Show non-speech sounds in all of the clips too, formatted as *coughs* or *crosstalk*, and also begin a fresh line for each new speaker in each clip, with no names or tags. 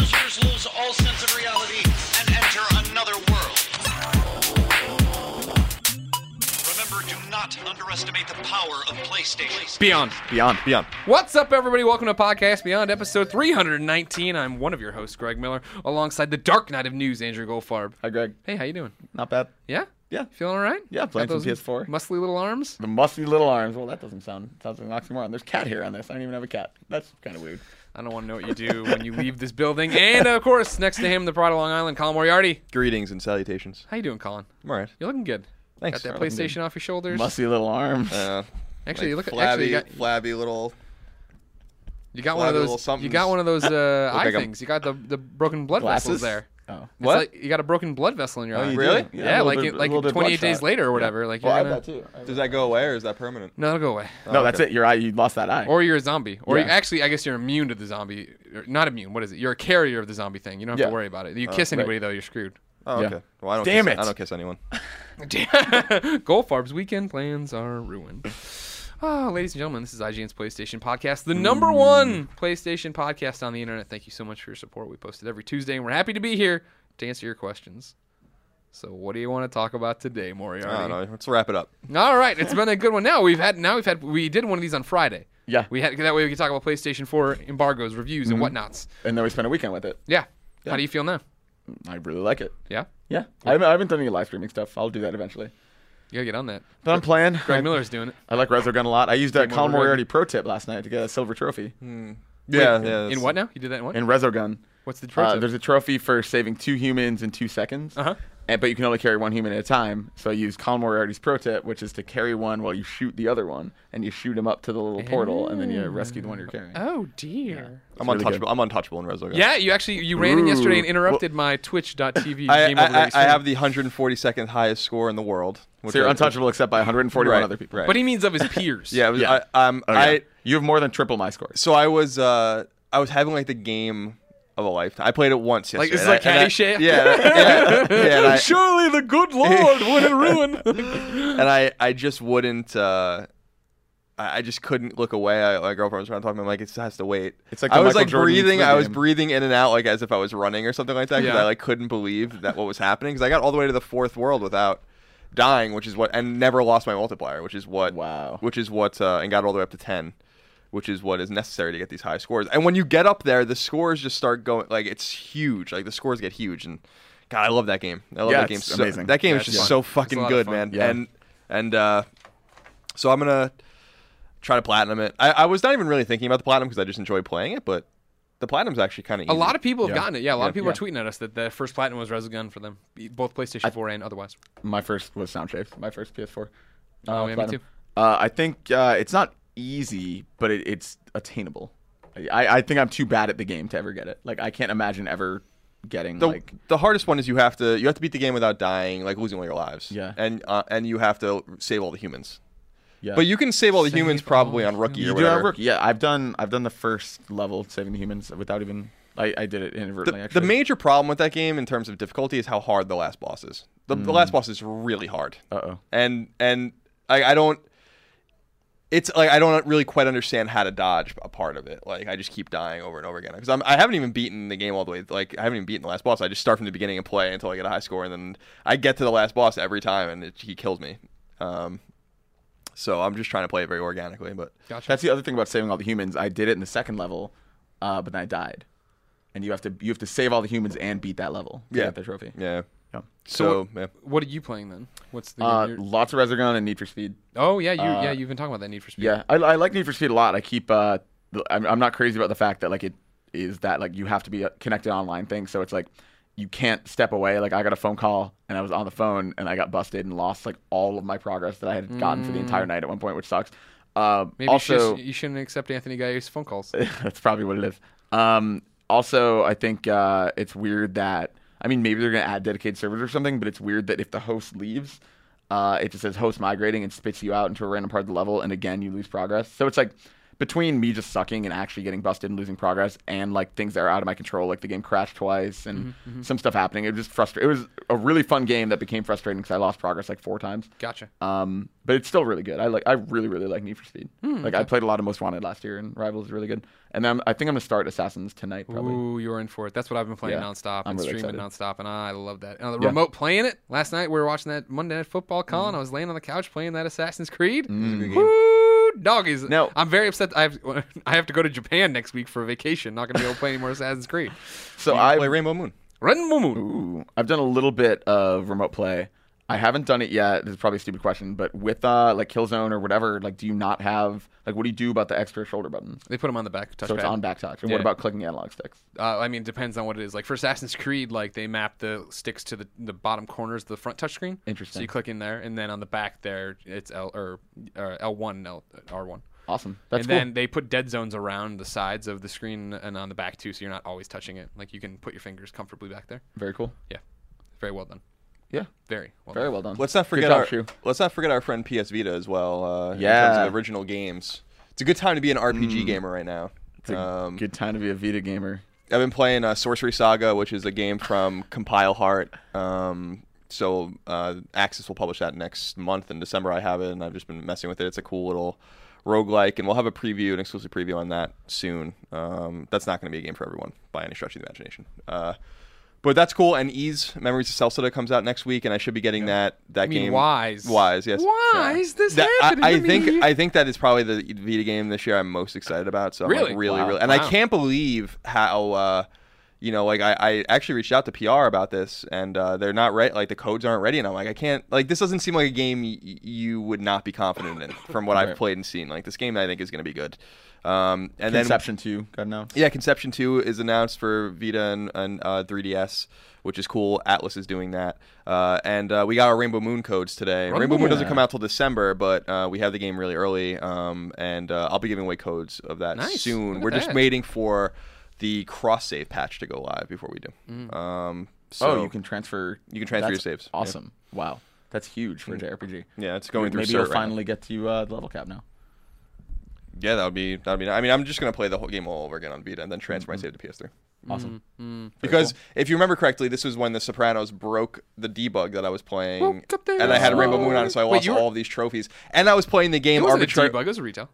lose all sense of reality and enter another world. Remember, do not underestimate the power of PlayStation.
Beyond.
Beyond, beyond.
What's up, everybody? Welcome to Podcast Beyond, episode 319. I'm one of your hosts, Greg Miller, alongside the Dark Knight of News, Andrew Goldfarb.
Hi, Greg.
Hey, how you doing?
Not bad.
Yeah,
Yeah.
feeling all right?
Yeah, playing
Got
some
those
PS4.
Muscly little arms.
The musty little arms. Well, that doesn't sound sounds like an oxymoron. There's cat hair on this. I don't even have a cat. That's kind of weird.
I don't want to know what you do when you leave this building. And of course, next to him, the pride of Long Island, Colin Moriarty.
Greetings and salutations.
How you doing, Colin?
I'm all right.
You're looking good.
Thanks.
Got that
I'm looking
PlayStation off your shoulders.
Musty little arms.
Uh,
*laughs* Actually, you look.
flabby,
actually, you got,
flabby little.
you got one of
flabby
those.
little
You got one of those
*laughs*
uh, eye
like I'm-
things. You got the the broken blood vessels
Glasses
there.
Oh.
It's
What?
like you got a broken blood vessel in your
Oh,
eye.
you
Really?
do?
Yeah,
a
like
little bit-
it,
a
like
little bit
28 days
bloodshot.
later or whatever. Like
Well, I
you're
have
gonna,
that too. I have
Does
that.
that go away or is that permanent?
no, it'll go away.
No, that's it. Your eye. You lost that eye.
Or you're a zombie, or you,
Yeah.
actually, I guess you're immune to the zombie. or Not immune. What is it? You're a carrier of the zombie thing. You don't have
Yeah. Uh,
to worry about it. You kiss anybody though, you're
*laughs*
screwed. *laughs*
Oh,
Yeah.
okay. Well, I don't
Damn
kiss,
it.
I don't kiss anyone.
Goldfarb's weekend plans are ruined. Ah, ladies and gentlemen, this is IGN's PlayStation Podcast, the number
Mm.
one PlayStation podcast on the internet. Thank you so much for your support. We post it every Tuesday, and we're happy to be here to answer your questions. So, what do you want to talk about today, Moriarty?
I don't know. Let's wrap it up.
All right, it's been a good one. Now we've had now we've had we did one of these on Friday.
Yeah.
we had that way we could talk about PlayStation Four embargoes, reviews,
Mm-hmm.
and whatnots.
and then we spent a weekend with it.
Yeah. How do you feel now?
I really like it.
Yeah,
Yeah. I haven't, I haven't done any live streaming stuff. I'll do that eventually.
you gotta get on that.
But I'm playing.
Greg Miller's doing it
I like Resogun a lot. I used a
more
Colin
Resogun.
Moriarty pro tip last night to get a silver trophy
Yeah, yeah.
in
that's-
what now? You did that in what?
in Resogun.
What's the
Uh,
pro tip?
there's a trophy for saving two humans in two seconds,
Uh-huh.
and, but you can only carry one human at a time. So I use Colin Moriarty's pro tip, which is to carry one while you shoot the other one, and you shoot him up to the little portal, and then you rescue the one you're carrying.
Oh dear.
I'm
really good.
untouchable. I'm untouchable in Resogun.
Yeah, you actually you ran in yesterday and
Ooh.
interrupted my Twitch.tv
I,
game
I,
over
I, I have the 142nd highest score in the world. which
so you're
I-
untouchable except by 141
Right,
other people.
Right.
But he means of his peers. *laughs*
*laughs* yeah, it was,
Yeah.
I, um,
Oh, yeah.
I
you have more than triple my score.
so I was uh, I was having like the game of a lifetime. I played it once yesterday.
Like, it's
and
like
I- and I-
Caddyshack?
Yeah,
*laughs*
yeah, yeah. and I-
Surely the good
*laughs*
Lord wouldn't ruin.
and I, I just wouldn't. Uh, I I just couldn't look away. I, my girlfriend was trying to talk to me. I'm like, it has to wait.
It's like
I
the
was
Michael
like
Jordan
breathing.
flu
I was
game.
breathing in and out, like as if I was running or something like that. Because
Yeah.
I like couldn't believe that what was happening. Because I got all the way to the fourth world without dying, which is what, and never lost my multiplier, which is what,
Wow.
which is what, uh, and got all the way up to ten, which is what is necessary to get these high scores. And when you get up there, the scores just start going like it's huge. Like the scores get huge, and God, I love that game. I love
Yeah,
that game.
it's
so,
amazing.
That game
Yeah,
is
it's
just
fun.
so
It's a lot
fucking
of
good,
fun.
man.
Yeah.
And and uh, so I'm gonna try to platinum it. I, I was not even really thinking about the platinum because I just enjoy playing it, but the platinum's actually kind of
A lot of people have
Yeah.
gotten it. Yeah, a lot of people
Yeah.
are tweeting at us that the first platinum was Resogun for them, be- both PlayStation 4 and otherwise.
My first was Sound Shapes. My first PS4. Uh,
Oh, yeah, me
Platinum.
too.
Uh, I think uh, it's not easy, but it, it's attainable. I, I think I'm too bad at the game to ever get it. Like I can't imagine ever getting
the,
like
the hardest one is you have to you have to beat the game without dying, like losing all your lives.
Yeah.
and uh, and you have to save all the humans.
yeah.
But you can save all the
Save
humans
all
probably
the
on rookie
humans.
or
You do
whatever.
have rookie. Yeah, I've done I've done the first level saving the humans without even I, I did it inadvertently
The,
actually.
the major problem with that game in terms of difficulty is how hard the last boss is. The, the last boss is really hard.
Uh-oh.
And and I, I don't. It's like I don't really quite understand how to dodge a part of it. Like I just keep dying over and over again because I'm I haven't even beaten the game all the way. Like I haven't even beaten the last boss. I just start from the beginning and play until I get a high score, and then I get to the last boss every time, and it, he kills me. Um, so I'm just trying to play it very organically, but
Gotcha.
That's the other thing about saving all the humans. I did it in the second level, uh, but then I died. And you have to you have to save all the humans and beat that level to
Yeah.
get the trophy.
yeah.
Yeah.
So, yeah.
What are you playing then? What's the
Uh,
game you're-
lots of Resogun and Need for Speed.
Oh, yeah, you yeah, you've been talking about that Need for Speed.
Yeah, I, I like Need for Speed a lot. I keep. Uh, th- I'm, I'm not crazy about the fact that like it is that like you have to be a connected online thing. So it's like you can't step away. Like I got a phone call and I was on the phone and I got busted and lost like all of my progress that I had gotten for the entire night at one point, which sucks. Um,
Mm. Maybe you,
also,
should, you shouldn't accept Anthony Guy's phone calls.
that's *laughs* probably what it is. Um, also, I think uh, it's weird that I mean maybe they're gonna add dedicated servers or something, but it's weird that if the host leaves, uh, it just says host migrating and spits you out into a random part of the level, and again you lose progress. So it's like between me just sucking and actually getting busted and losing progress, and like things that are out of my control, like the game crashed twice and some stuff happening, it was just frustrating. It was a really fun game that became frustrating because I lost progress like four times.
Gotcha.
Um, but it's still really good. I like. I really, really like Need for Speed.
Hmm,
like I played a lot of Most Wanted last year, and Rivals is really good. And then I think I'm gonna start Assassins tonight. Probably.
Ooh, you're in for it. That's what I've been playing
Yeah,
nonstop
I'm
and
really
streaming
excited.
nonstop, and I love that. And the
Yeah. Mm-hmm.
remote playing it last night. We were watching that Monday Night Football con. I was laying on the couch playing that Assassin's Creed. Woo, doggies.
Now-
I'm very upset. I have *laughs* I have to go to Japan next week for a vacation. Not gonna be able to play any more Assassin's Creed.
So
I
I
play Rainbow Moon.
Red and Moon.
Ooh, I've done a little bit of remote play. I haven't done it yet. This is probably a stupid question, but with uh, like Killzone or whatever, like, do you not have like, what do you do about the extra shoulder button?
They put them on the back touchpad.
So it's on back touch. And
Yeah.
what about clicking analog sticks?
uh, I mean, it depends on what it is. Like for Assassin's Creed, like they map the sticks to the, the bottom corners of the front touchscreen. So
Interesting.
you click in there, and then on the back there, it's L or uh, L1, L R1.
Awesome. That's
and
cool.
then they put dead zones around the sides of the screen and on the back too, so you're not always touching it. Like you can put your fingers comfortably back there.
Very cool.
Yeah, very well done.
Yeah.
Very well
Very
done.
well done.
Let's not
Good
forget
job,
our
Shu.
let's not forget our friend PS Vita as well. Uh, in
Yeah.
terms of original games, it's a good time to be an RPG gamer right now.
It's a
Um,
good time to be a Vita gamer.
I've been playing uh, Sorcery Saga, which is a
*laughs*
game from Compile Heart. Um, so uh, Axis will publish that next month in December. I have it, and I've just been messing with it. It's a cool little roguelike, and we'll have a preview, an exclusive preview on that soon. Um, that's not going to be a game for everyone by any stretch of the imagination. Uh, but that's cool. And Ease Memories of Celsoda comes out next week, and I should be getting that that
You mean
game.
Wise.
Wise, yes.
Why is this
That- I,
happening?
I
to
think
me?
I think that is probably the Vita game this year I'm most excited about. So I'm,
Really?
like really,
Wow.
really, and
Wow.
I can't believe how uh, you know, like I, I actually reached out to PR about this, and uh, they're not ready. Like the codes aren't ready, and I'm like, I can't. Like this doesn't seem like a game y- you would not be confident in from what I've played and seen. Like this game, I think is going to be good. Um, and then
Conception 2 got announced.
yeah, Conception 2 is announced for Vita and, and uh, 3DS, which is cool. Atlas is doing that. Uh, and uh, we got our Rainbow Moon codes today.
Oh.
Rainbow, Moon doesn't come out till December, but uh, we have the game really early. Um, and uh, I'll be giving away codes of that
Nice. Look
soon.
at
We're just
that.
waiting for the cross save patch to go live before we do.
Mm.
Um, so
oh, you can transfer.
you can transfer your
that's
saves.
Awesome. Wow. Hmm. That's huge for a JRPG.
Yeah, it's going through
Maybe
cert
you'll
right now.
finally get to uh, the level cap now.
Yeah, that would be that would be. I mean, I'm just gonna play the whole game all over again on Vita and then transfer
Mm-hmm.
my save to PS3.
Awesome.
Because if you remember correctly, this was when The Sopranos broke the debug that I was playing,
Woke up there
and I had
and
Rainbow Moon on, so I
Wait,
lost
you were-
all of these trophies. And I was playing the
it
game
wasn't a
arbitrarily.
debug. It was a retail.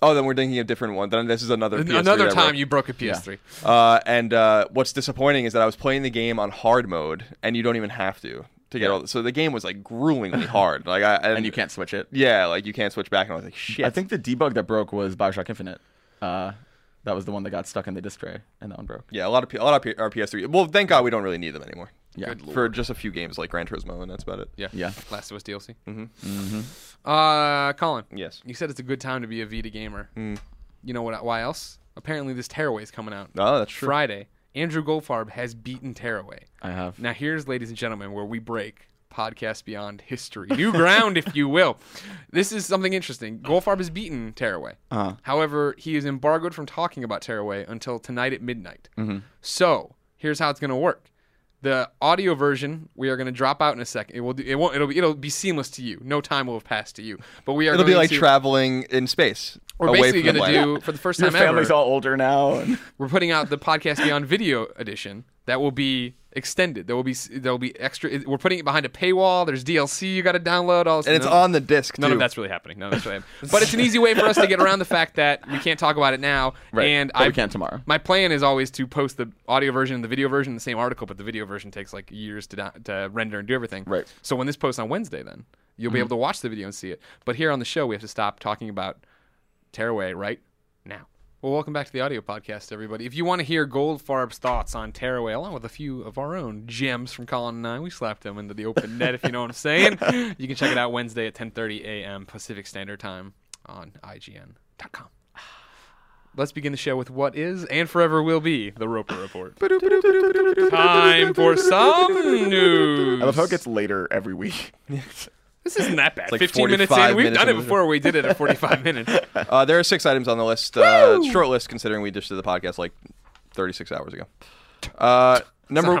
Oh, then we're thinking of a different one. Then this is another PS3
Another
that I broke.
time you broke a PS3.
Uh, and uh, what's disappointing is that I was playing the game on hard mode, and you don't even have to to get all. So the game was
*laughs*
like gruelingly hard. Like I and,
And you can't switch it.
Yeah, like you can't switch back, and I was like, shit.
I think the debug that broke was Bioshock Infinite. Uh, that was the one that got stuck in the disk tray, and that one broke.
yeah, a lot of P- a lot of P- our PS3. Well, thank God we don't really need them anymore.
Yeah.
Good
For just a few games like Gran Turismo, and that's about it.
Yeah.
Yeah.
Last of Us DLC. Mm-hmm.
Mm-hmm.
Uh, Colin.
Yes.
You said it's a good time to be a Vita gamer.
Hmm.
You know what? Why else? Apparently, this Tearaway's coming out
No, that's true.
Friday. Andrew Goldfarb has beaten Tearaway.
I have.
Now, here's, ladies and gentlemen, where we break podcast beyond history,
*laughs*
new ground, if you will. This is something interesting. Goldfarb has beaten Tearaway.
Uh-huh.
However, he is embargoed from talking about Tearaway until tonight at midnight.
Mm-hmm.
So here's how it's going to work. The audio version we are going to drop out in a second. It will. do- It won't. It'll be. It'll be seamless to you. No time will have passed to you. But we are.
It'll
going
be like
to,
traveling in space.
We're
away
basically
from the
going to
planet.
do for the first
Your
time ever.
family's all older now. *laughs* And
we're putting out the podcast beyond video edition that will be extended there will be there will be extra it- we're putting it behind a paywall there's dlc you got to download all this
and it's
none-
on the disc.
none
too.
of that's really happening none of that's really happening but it's an easy way for us to get around the fact that we can't talk about it now and
but
i
we can *laughs* tomorrow.
my plan is always to post the audio version and the video version in the same article but the video version takes like years to, do- to render and do everything
Right.
so when this posts on wednesday then you'll be able to watch the video and see it but here on the show we have to stop talking about Tearaway right now. Well, welcome back to the audio podcast, everybody. If you want to hear Goldfarb's thoughts on Tearaway, along with a few of our own gems from Colin and I, we slapped them into the open net, if you know what I'm saying. You can check it out Wednesday at 10:30 a.m. Pacific Standard Time on IGN.com. Let's begin the show with what is and forever will be the Roper Report. Time for some news.
I love how it gets later every week. *laughs*
This isn't that bad.
like
15 minutes in,
45
we've
minutes
done it
into the-
before. We did it at *laughs* 45 minutes.
Uh, there are six items on
*laughs*
the list. Uh, short list, considering we just did the podcast like 36 hours ago. Uh, Number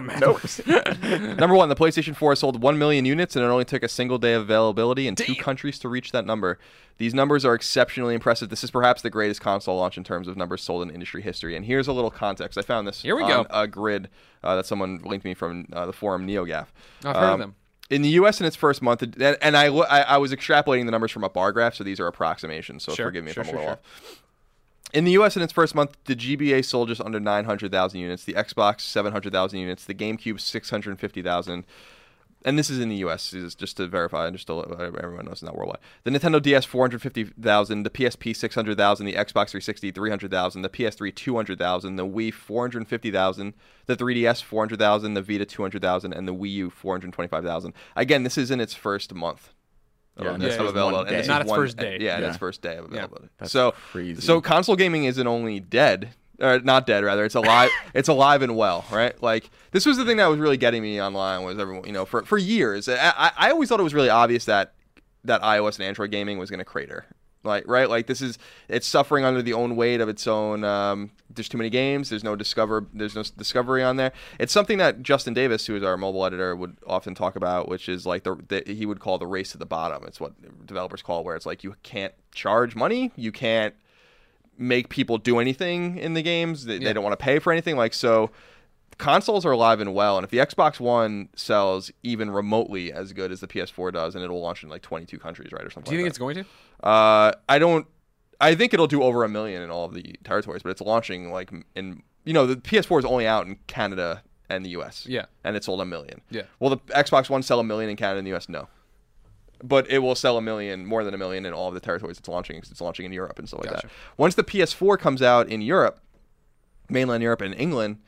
Not how math
Nope.
works.
*laughs* number one, the PlayStation 4 sold 1 million units and it only took a single day of availability in two countries to reach that number. These numbers are exceptionally impressive. This is perhaps the greatest console launch in terms of numbers sold in industry history. And here's a little context. I found this
Here we
on
go.
a grid uh, that someone linked me from uh, the forum NeoGAF. Um,
I've heard of them.
In the U.S. in its first month, it- and, and I, lo- I I was extrapolating the numbers from a bar graph, so these are approximations. So
Sure,
forgive me
sure,
if I'm
sure,
a little
sure.
off. In the US in its first month, the GBA sold just under 900,000 units, the Xbox 700,000 units, the GameCube 650,000. And this is in the US, is just to verify, just to let everyone knows it's not worldwide. The Nintendo DS 450,000, the PSP 600,000, the Xbox 360 300,000, the PS3 200,000, the Wii 450,000, the 3DS 400,000, the Vita 200,000, and the Wii U 425,000. Again, this is in its first month.
Yeah,
of
and this
of
was one
availability.
day.
And this
Not
is
its
one-
first day.
Yeah, and
Yeah.
its first day of availability.
That's
so
crazy.
so console gaming isn't only dead or not dead rather it's alive it's alive and well right like this was the thing that was really getting me online was everyone you know for, for years I, I I always thought it was really obvious that that ios and android gaming was going to crater like right like this is it's suffering under the own weight of its own um, there's too many games there's no discover there's no s- discovery on there it's something that justin davis who is our mobile editor would often talk about which is like the, the he would call the race to the bottom it's what developers call where it's like you can't charge money you can't make people do anything in the games. They,
Yeah.
they don't want to pay for anything. Like so, consoles are alive and well. And if the Xbox One sells even remotely as good as the PS4 does, and it'll launch in like 22 countries, right, or something.
Do you think
like
it's going to?
that. Uh, I don't. I think it'll do over a million in all of the territories, but it's launching like in you know the PS4 is only out in Canada and the U.S.
Yeah.
and it sold a million.
Yeah.
Will the Xbox One sell a million in Canada and the U.S.? No. But it will sell a million, more than a million, in all of the territories it's launching. 'cause It's launching in Europe and stuff like
Gotcha.
that. Once the PS4 comes out in Europe, mainland Europe and England,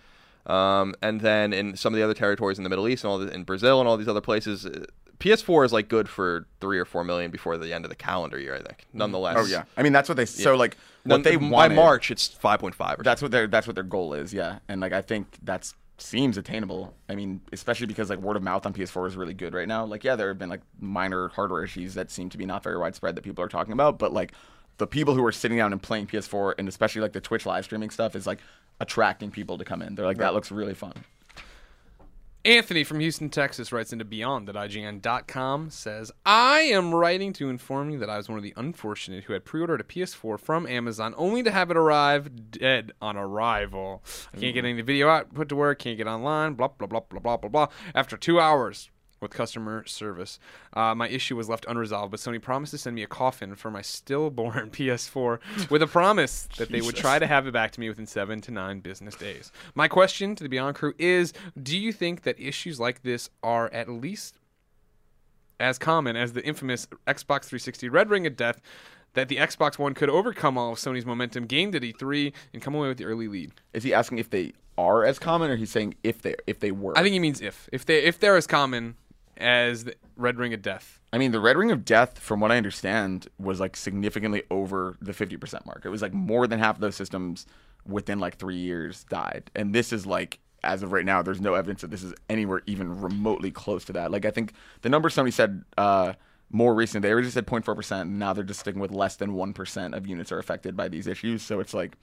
um, and then in some of the other territories in the Middle East and all the, in Brazil and all these other places, uh, PS4 is like good for three or four million before the end of the calendar year. I think, nonetheless.
Oh yeah, I mean that's what they. So like
No,
what they
by
wanted-
March, it's five point five.
That's what their that's what their goal is. Yeah, and like I think that's seems attainable. I mean, especially because like word of mouth on PS4 is really good right now. Like yeah, there have been like minor hardware issues that seem to be not very widespread that people are talking about, but like the people who are sitting down and playing PS4 and especially like the Twitch live streaming stuff is like attracting people to come in. They're like that looks really fun.
Anthony from Houston, Texas writes into Beyond at IGN.com says, I am writing to inform you that I was one of the unfortunate who had pre ordered a PS4 from Amazon only to have it arrive dead on arrival. I can't get any video output to work, can't get online, blah, blah, blah, blah, blah, blah, blah. After two hours, with customer service. Uh, my issue was left unresolved, but Sony promised to send me a coffin for my stillborn *laughs* PS4 with a promise that they would try to have it back to me within seven to nine business days. My question to the Beyond Crew is Do you think that issues like this are at least as common as the infamous Xbox 360 Red Ring of Death? That the Xbox One could overcome all of Sony's momentum gained at E3 and come away with the early lead.
Is he asking if they are as common, or he's saying if they if they were?
I think he means if if they if they're as common as the Red Ring of Death,
I mean, the Red Ring of Death, from what I understand, was like significantly over the 50% mark. It was like more than half of those systems within like three years died. And this is like, as of right now, there's no evidence that this is anywhere even remotely close to that. Like, I think the number somebody said uh, more recently, they already said 0.4%. And now they're just sticking with less than 1% of units are affected by these issues. So it's like,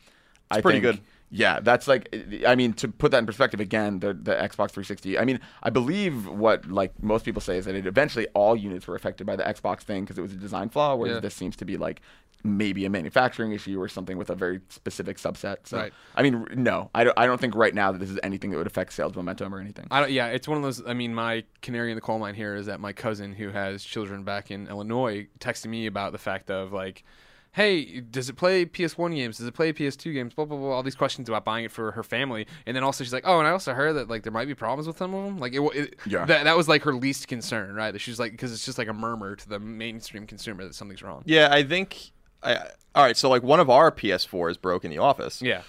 I
pretty
think-
good.
yeah, that's like I mean to put that in perspective again, the the Xbox 360. I mean, I believe what like most people say is that it eventually all units were affected by the Xbox thing because it was a design flaw, whereas
Yeah.
this seems to be like maybe a manufacturing issue or something with a very specific subset. So
Right.
I mean, r- no, I don't, I don't think right now that this is anything that would affect sales momentum or anything.
I don't, yeah, it's one of those. I mean, my canary in the coal mine here is that my cousin who has children back in Illinois texted me about the fact of like, hey, does it play PS1 games? Does it play PS2 games? Blah blah blah. All these questions about buying it for her family, and then also she's like, oh, and I also heard that like there might be problems with some of them. Like it, wa- it
Yeah.
that that was like her least concern, right? That she's like because it's just like a murmur to the mainstream consumer that something's wrong.
yeah. I think. I, I- all right, so like one of our PS4s broke in the office.
Yeah,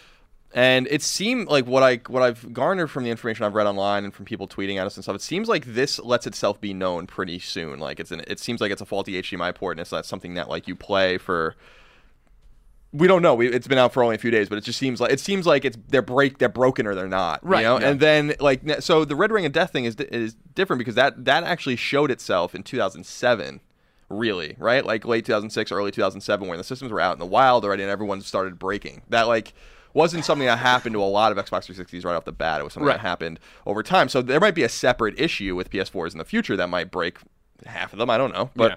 and it seemed like what I what I've garnered from the information I've read online and from people tweeting at us and stuff. It seems like this lets itself be known pretty soon. Like it's an it seems like it's a faulty HDMI port, and it's not something that like you play for. We don't know. We, it's been out for only a few days, but it just seems like it seems like it's they're break they're broken or they're not.
Right,
You know?
yeah.
And then like n- so the Red Ring of Death thing is di- is different because that that actually showed itself in 2007. Really, right? Like late 2006, early 2007, when the systems were out in the wild already, and everyone started breaking. That like wasn't something that happened to a lot of Xbox 360s right off the bat. It was something
Right.
that happened over time. So there might be a separate issue with PS4s in the future that might break half of them. I don't know, but
Yeah.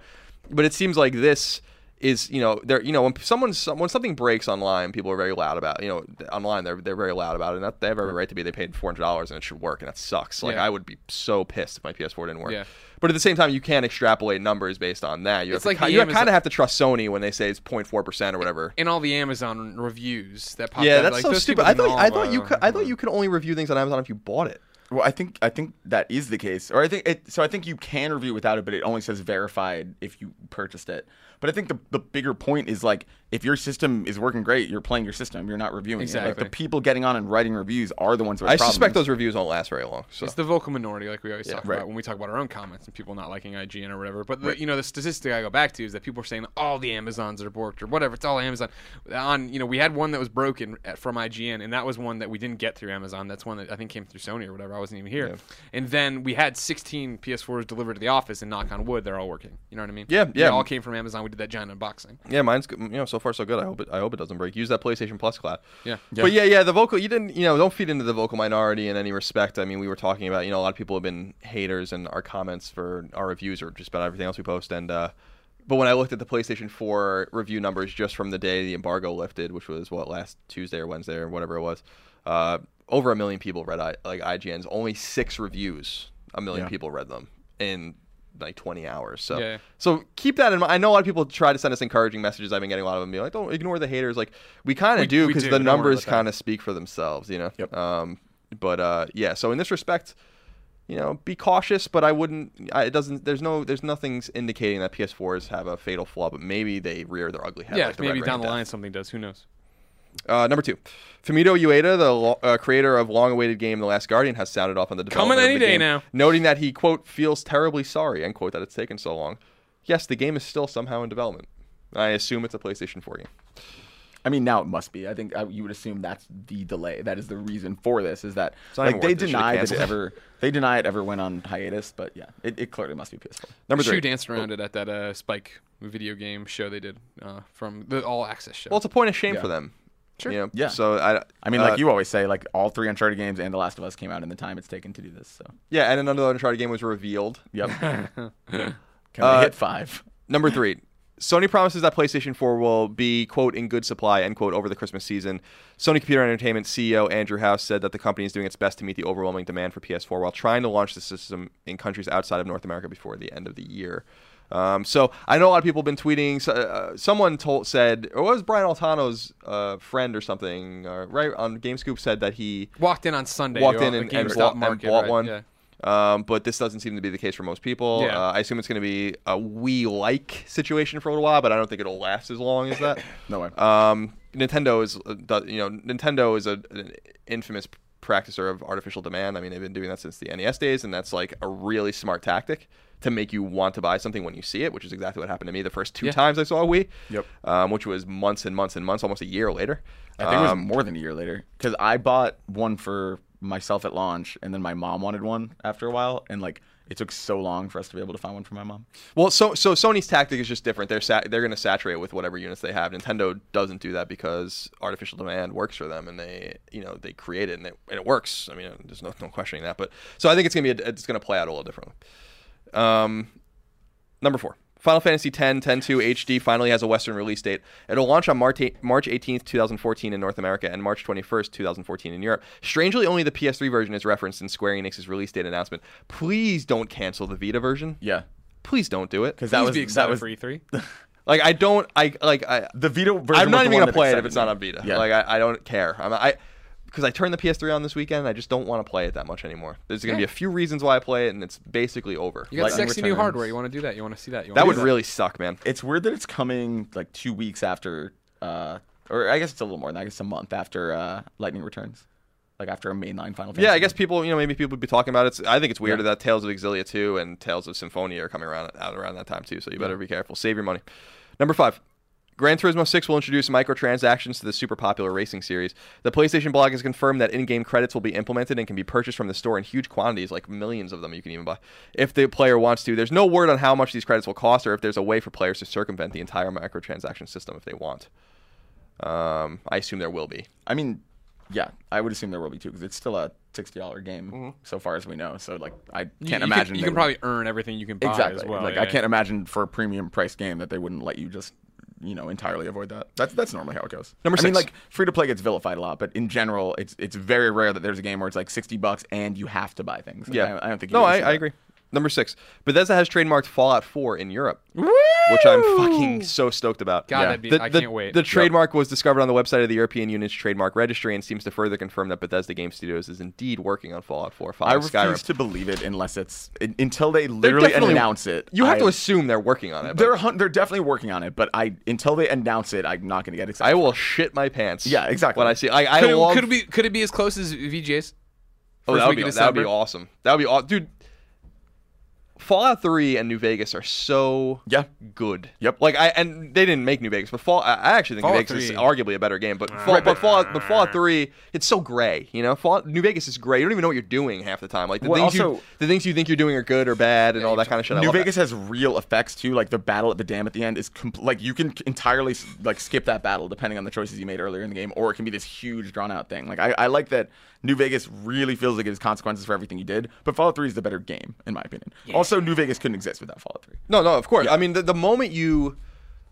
but it seems like this is you know there you know when someone some, when something breaks online, people are very loud about you know th- online they're they're very loud about it. And that, they have every right to be. They paid four hundred dollars and it should work, and that sucks. Like
Yeah.
I would be so pissed if my PS4 didn't work.
Yeah.
But at the same time, you can't extrapolate numbers based on that. You
It's
have
like
to, ki-
the
you
Amazon-
kind of have to trust Sony when they say it's 0.4 percent or whatever.
in all the Amazon reviews that pop
Yeah,
up,
that's
like,
so
those
stupid.
people
I thought
know
I thought you
about-
could I thought you could only review things on Amazon if you bought it.
Well, I think I think that is the case, or I think it. So I think you can review without it, but it only says verified if you purchased it. But I think the the bigger point is like if your system is working great, you're playing your system. You're not reviewing it.
Exactly.
Like the people getting on and writing reviews are the ones with
I
problems.
suspect those reviews won't last very long. So
It's the vocal minority, like we always talk
right.
about when we talk about our own comments and people not liking IGN or whatever. But the, you know, the statistic I go back to is that people are saying all the Amazons are borked or whatever. It's all Amazon. On you know, we had one that was broken at, from IGN, and that was one that we didn't get through Amazon. That's one that I think came through Sony or whatever. I wasn't even here. And then we had 16 PS4s delivered to the office, and knock on wood, they're all working. You know what I mean?
Yeah,
They
yeah.
all came from Amazon. We did that giant unboxing.
yeah, mine's good. you know so far so good. I hope it I hope it doesn't break. Use that PlayStation Plus cloud.
Yeah.
But yeah, yeah, the vocal you didn't you know don't feed into the vocal minority in any respect. I mean, we were talking about you know a lot of people have been haters and our comments for our reviews or just about everything else we post and. uh but when I looked at the PlayStation 4 review numbers just from the day the embargo lifted, which was what last Tuesday or Wednesday or whatever it was, uh, over a million people read I, like IGN's. Only six reviews, a million
Yeah.
people read them in like 20 hours. So
Yeah.
so keep that in mind. I know a lot of people try to send us encouraging messages. I've been getting a lot of them being like, "Don't ignore the haters." Like we kind
We-
of do
we
because
do.
the
Don't worry
numbers
about that.
kind of speak for themselves, you know.
Yep.
Um, but uh, yeah. So in this respect, you know, be cautious. But I wouldn't. I, it doesn't. There's no. There's nothing indicating that PS4s have a fatal flaw. But maybe they rear their ugly head.
Yeah,
like the Red
maybe
Ring
down
of
the
Death.
line something does. Who knows?
Uh, number two, Fumito Ueda, the lo- uh, creator of long-awaited game The Last Guardian, has sounded off on the development
Coming any
of the
day
game,
now.
noting that he quote feels terribly sorry end quote that it's taken so long. Yes, the game is still somehow in development. I assume it's a PlayStation 4 game.
I mean, now it must be. I think I, you would assume that's the delay. That is the reason for this. Is that
not even
like they
worth it. They should've
deny that it
canceled it.
ever they deny it ever went on hiatus, but yeah, it, it clearly must be PS4.
Number
Shoe
three.
danced around it at that uh, Spike video game show they did uh, from the All Access show.
Well, it's a point of shame
Yeah.
for them. Sure. You know?
Yeah.
So I.
I mean,
uh,
like you always say, like all three Uncharted games and The Last of Us came out in the time it's taken to do this. So
Yeah, and another Uncharted game was revealed.
yep, can we
Uh,
hit five?
Number three, Sony promises that PlayStation 4 will be, quote, in good supply, end quote, over the Christmas season. Sony Computer Entertainment CEO Andrew House said that the company is doing its best to meet the overwhelming demand for PS4 while trying to launch the system in countries outside of North America before the end of the year. Um, so I know a lot of people have been tweeting. so- Uh, someone told said, or it was Brian Altano's uh, friend or something, uh, right on GameScoop said that he
walked in on Sunday.
walked
to
in
a
and, and,
GameStop
bought, and
market,
bought
right?
one.
Yeah.
Um, but this doesn't seem to be the case for most people.
Yeah.
Uh, I assume it's going to be a we like situation for a little while, but I don't think it'll last as long as
*laughs*
that.
No way.
Um, Nintendo is, uh, do- you know, Nintendo is a, an infamous practicer of artificial demand. I mean, they've been doing that since the NES days, and that's like a really smart tactic to make you want to buy something when you see it, which is exactly what happened to me the first two
Yeah.
times I saw a Wii.
Yep.
Um, which was months and months and months, almost a year later.
I think
Um,
it was more than a year later because I bought one for myself at launch, and then my mom wanted one after a while, and like it took so long for us to be able to find one for my mom.
Well, so so Sony's tactic is just different. They're sa- they're going to saturate with whatever units they have. Nintendo doesn't do that because artificial demand works for them, and they you know they create it and it, and it works. I mean, there's no, no questioning that. But so I think it's going to be a, it's going to play out a little differently. Um, number four. Final Fantasy X, 10.2 HD finally has a Western release date. It'll launch on March March 18th, 2014 in North America and March 21st, 2014 in Europe. Strangely, only the PS3 version is referenced in Square Enix's release date announcement. Please don't cancel the Vita version
Yeah,
please don't do it.
because
Please
that was
be
that
excited
was
for E E3.
Like I don't, I like I.
the Vita version.
I'm
was
not
the
even
one
gonna
that
play it
excited
if it's not
me.
on Vita.
Yeah.
Like I, I don't care. I'm I because I turned the PS3 on this weekend. I just don't want to play it that much anymore. There's gonna
Yeah.
be a few reasons why I play it, and it's basically over.
You got
Lightning
sexy new
Returns.
hardware. You want to do that? You want to see that? You
that
wanna
would
do
really suck, man.
It's weird that it's coming like two weeks after, uh, or I guess it's a little more than that. I guess a month after uh, Lightning Returns, like after a mainline Final. Fantasy
Yeah, I
game.
guess people, you know, maybe people would be talking about it. It's- I think it's weird
Yeah.
that Tales of Exilia 2 and Tales of Symphonia are coming around out around that time too. So you better be careful. Save your money. Number five. Gran Turismo 6 will introduce microtransactions to the super popular racing series. The PlayStation blog has confirmed that in-game credits will be implemented and can be purchased from the store in huge quantities, like millions of them you can even buy, if the player wants to. There's no word on how much these credits will cost or if there's a way for players to circumvent the entire microtransaction system if they want. Um, I assume there will be.
I mean, Yeah, I would assume there will be two because it's still a sixty dollar game
Mm-hmm.
so far as we know. So like I can't
You- you
imagine
Can, you
they
can
would-
probably earn everything you can buy
exactly
as well.
like I
yeah.
can't imagine for a premium price game that they wouldn't let you just you know entirely avoid that. That's that's normally how it goes.
Number
I mean,
six.
like free to play gets vilified a lot, but in general, it's it's very rare that there's a game where it's like sixty bucks and you have to buy things. Like,
Yeah,
I, I don't think. you
No,
ever
I,
see
I
that.
agree. Number six, Bethesda has trademarked Fallout 4 in Europe, which I'm fucking so stoked about.
God, that'd be-
the,
I
the-
can't wait.
The
Yep.
trademark was discovered on the website of the European Union's trademark registry and seems to further confirm that Bethesda Game Studios is indeed working on Fallout 4,
I
Fallout
refuse
Skyrim.
to believe it unless it's un- until they
They're
literally
definitely-
announce it.
You have
I-
to assume they're working on it. but
They're hun- they're definitely working on it, but I until they announce it, I'm not going to get excited.
I will shit my pants.
Yeah, exactly.
When I see, I, I
Could, it-
love.
could it be could it be as close as VGA's?
oh,
first
that would
week
be
of
that would be
December?
awesome. That would be awesome, dude. Fallout 3 and New Vegas are so
Yeah.
good.
Yep.
Like I and they didn't make New Vegas, but Fall I I actually think New
Fallout
Vegas is
3.
arguably a better game, but Fall, but Fallout but Fallout 3, it's so gray, you know? Fallout, New Vegas is gray. You don't even know what you're doing half the time. Like the
Well,
things you
also-
the things you think you're doing are good or bad and all that kind of shit. I
New
love that.
Vegas has real effects too. Like the battle at the dam at the end is compl- like you can entirely s- like skip that battle depending on the choices you made earlier in the game, or it can be this huge drawn out thing. Like I, I like that New Vegas really feels like it has consequences for everything you did. But Fallout Three is the better game in my opinion. Also, New Vegas couldn't exist without Fallout Three.
No, no, of course. I mean, the, the moment you,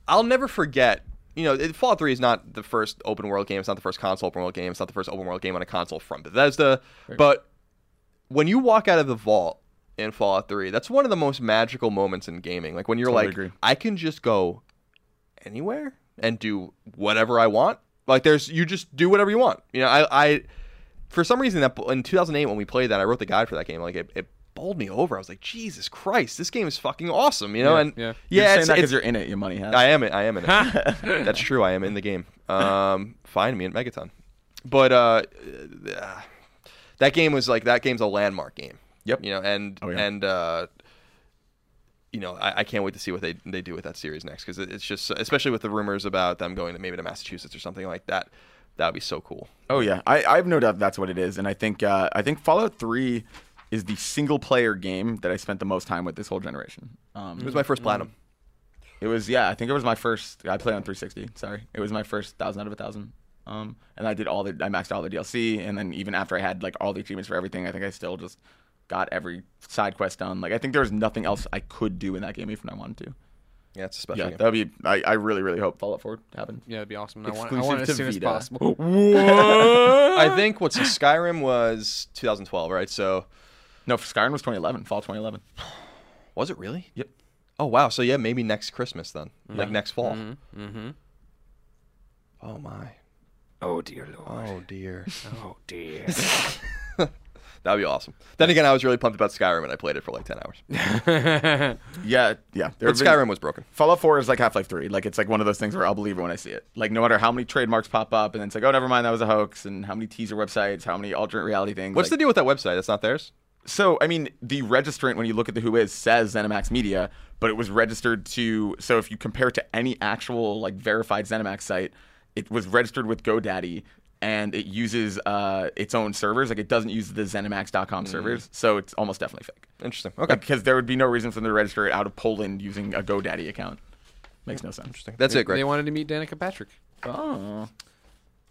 I'll never forget. You know, it, Fallout 3 is not the first open world game. It's not the first console open world game. It's not the first open world game on a console from Bethesda. But when you walk out of the vault in Fallout 3, that's one of the most magical moments in gaming. Like when you're
Totally
like,
agree.
I can just go anywhere and do whatever I want. Like there's, you just do whatever you want. You know, I, I, for some reason that in 2008 when we powled that, I wrote the guide for that game. Like it, it bowled me over. I was like, Jesus Christ, this game is fucking awesome. You know, and
yeah.
You're
yeah,
saying
it's,
that
it's,
because you're in it, your money has.
I am it. I am in
*laughs*
it. That's true. I am in the game. Um, find me in Megaton. But uh, uh, that game was like that game's a landmark game.
Yep.
You know, and
Oh, yeah.
and uh, you know, I, I can't wait to see what they they do with that series next because it, it's just especially with the rumors about them going to maybe to Massachusetts or something like that. That would be so cool.
Oh yeah, I, I have no doubt that's what it is, and I think uh, I think Fallout Three is the single player game that I spent the most time with this whole generation. Um,
It was my first platinum.
It was yeah, I think it was my first. I played on 360. Sorry, it was my first thousand out of a thousand. Um, and I did all the I maxed out all the DLC, and then even after I had like all the achievements for everything, I think I still just got every side quest done. Like I think there was nothing else I could do in that game even if I wanted to.
Yeah, it's a special
Yeah,
game.
that'd be. I, I really really hope Fallout 4 happens.
Yeah, that'd be awesome. And I want, I
Exclusive
want it
to
as soon
Vita.
as possible.
I think what's Skyrim was 2012, right? So
No, Skyrim was 2011, fall
*laughs*
2011.
was it really?
Yep.
Oh wow! So yeah, maybe next Christmas then, like next fall. Mm-hmm. Oh my!
Oh dear lord.
Oh dear! *laughs*
Oh dear.
That'd be awesome. Then again, I was really pumped about Skyrim and I played it for like ten hours.
Yeah, yeah. There
But
have been-
Skyrim was broken.
Fallout 4 is like Half Life 3. Like, it's like one of those things where I'll believe it when I see it. Like, no matter how many trademarks pop up, and it's like, oh, never mind, that was a hoax, and how many teaser websites, how many alternate reality things.
What's
like-
the deal with that website? That's not theirs.
So, I mean, the registrant, when you look at the Who Is, says ZeniMax Media, but it was registered to. So, if you compare it to any actual, like, verified ZeniMax site, it was registered with GoDaddy and it uses uh, its own servers. Like, it doesn't use the ZeniMax.com servers. So, it's almost definitely fake.
Interesting. Okay.
Because there would be no reason for them to register it out of Poland using a GoDaddy account. Makes no sense.
That's it, Greg.
they wanted to meet Danica Patrick.
Oh.